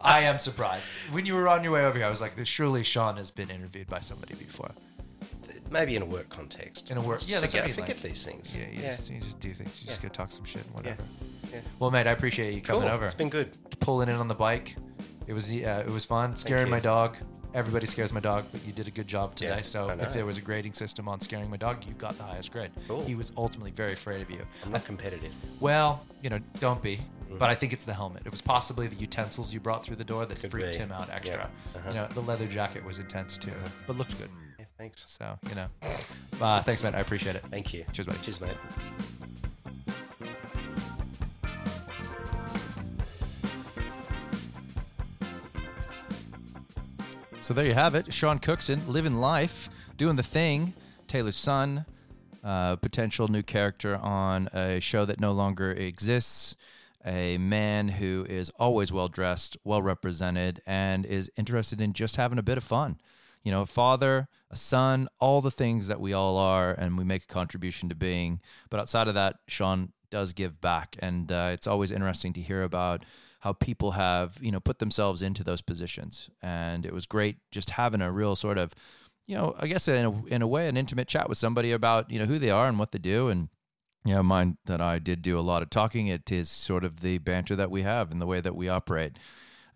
Speaker 1: I am surprised. When you were on your way over here, I was like, surely Sean has been interviewed by somebody before.
Speaker 2: Maybe in a work context.
Speaker 1: In a work-
Speaker 2: Just
Speaker 1: yeah, that's
Speaker 2: forget,
Speaker 1: what I
Speaker 2: I
Speaker 1: mean,
Speaker 2: forget
Speaker 1: like-
Speaker 2: these things.
Speaker 1: Yeah, you, Just, you just do things. You just
Speaker 2: Yeah.
Speaker 1: go talk some shit and whatever.
Speaker 2: Yeah.
Speaker 1: Well, mate, I appreciate you
Speaker 2: Cool.
Speaker 1: coming over.
Speaker 2: It's been good.
Speaker 1: Pulling in on the bike. It was uh, it was fun. Scaring
Speaker 2: you.
Speaker 1: my dog. everybody scares my dog, but you did a good job today.
Speaker 2: Yeah,
Speaker 1: so
Speaker 2: I know.
Speaker 1: if there was a grading system on scaring my dog, you got the highest grade.
Speaker 2: Cool.
Speaker 1: He was ultimately very afraid of you.
Speaker 2: I'm not competitive.
Speaker 1: Well, you know, don't be.
Speaker 2: Mm.
Speaker 1: But I think it's the helmet. It was possibly the utensils you brought through the door that
Speaker 2: Could
Speaker 1: freaked
Speaker 2: be.
Speaker 1: him out extra.
Speaker 2: Yeah. Uh-huh.
Speaker 1: You know, the leather jacket was intense too, but looked good.
Speaker 2: Yeah, thanks.
Speaker 1: So, you know. Uh, thanks, man. I appreciate it.
Speaker 2: Thank you.
Speaker 1: Cheers, buddy.
Speaker 2: Cheers, mate.
Speaker 1: So there you have it. Sean Cookson living life, doing the thing. Taylor's son, uh, potential new character on a show that no longer exists. A man who is always well dressed, well represented, and is interested in just having a bit of fun. You know, a father, a son, all the things that we all are, and we make a contribution to being. But outside of that, Sean does give back, and uh, it's always interesting to hear about how people have you know put themselves into those positions and it was great just having a real sort of you know i guess in a, in a way an intimate chat with somebody about you know who they are and what they do and yeah, mind that I did do a lot of talking. It is sort of the banter that we have and the way that we operate.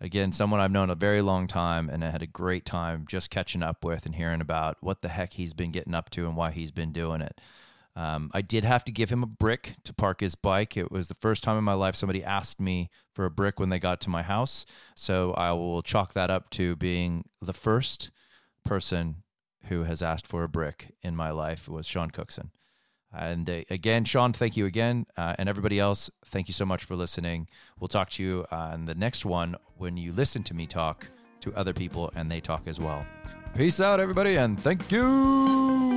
Speaker 1: Again, someone I've known a very long time, and I had a great time just catching up with and hearing about what the heck he's been getting up to and why he's been doing it. Um, I did have to give him a brick to park his bike. It was the first time in my life somebody asked me for a brick when they got to my house. So I will chalk that up to being the first person who has asked for a brick in my life was Sean Cookson. And uh, again, Sean, thank you again. Uh, and everybody else, thank you so much for listening. We'll talk to you on the next one when you listen to me talk to other people and they talk as well. Peace out, everybody, and thank you.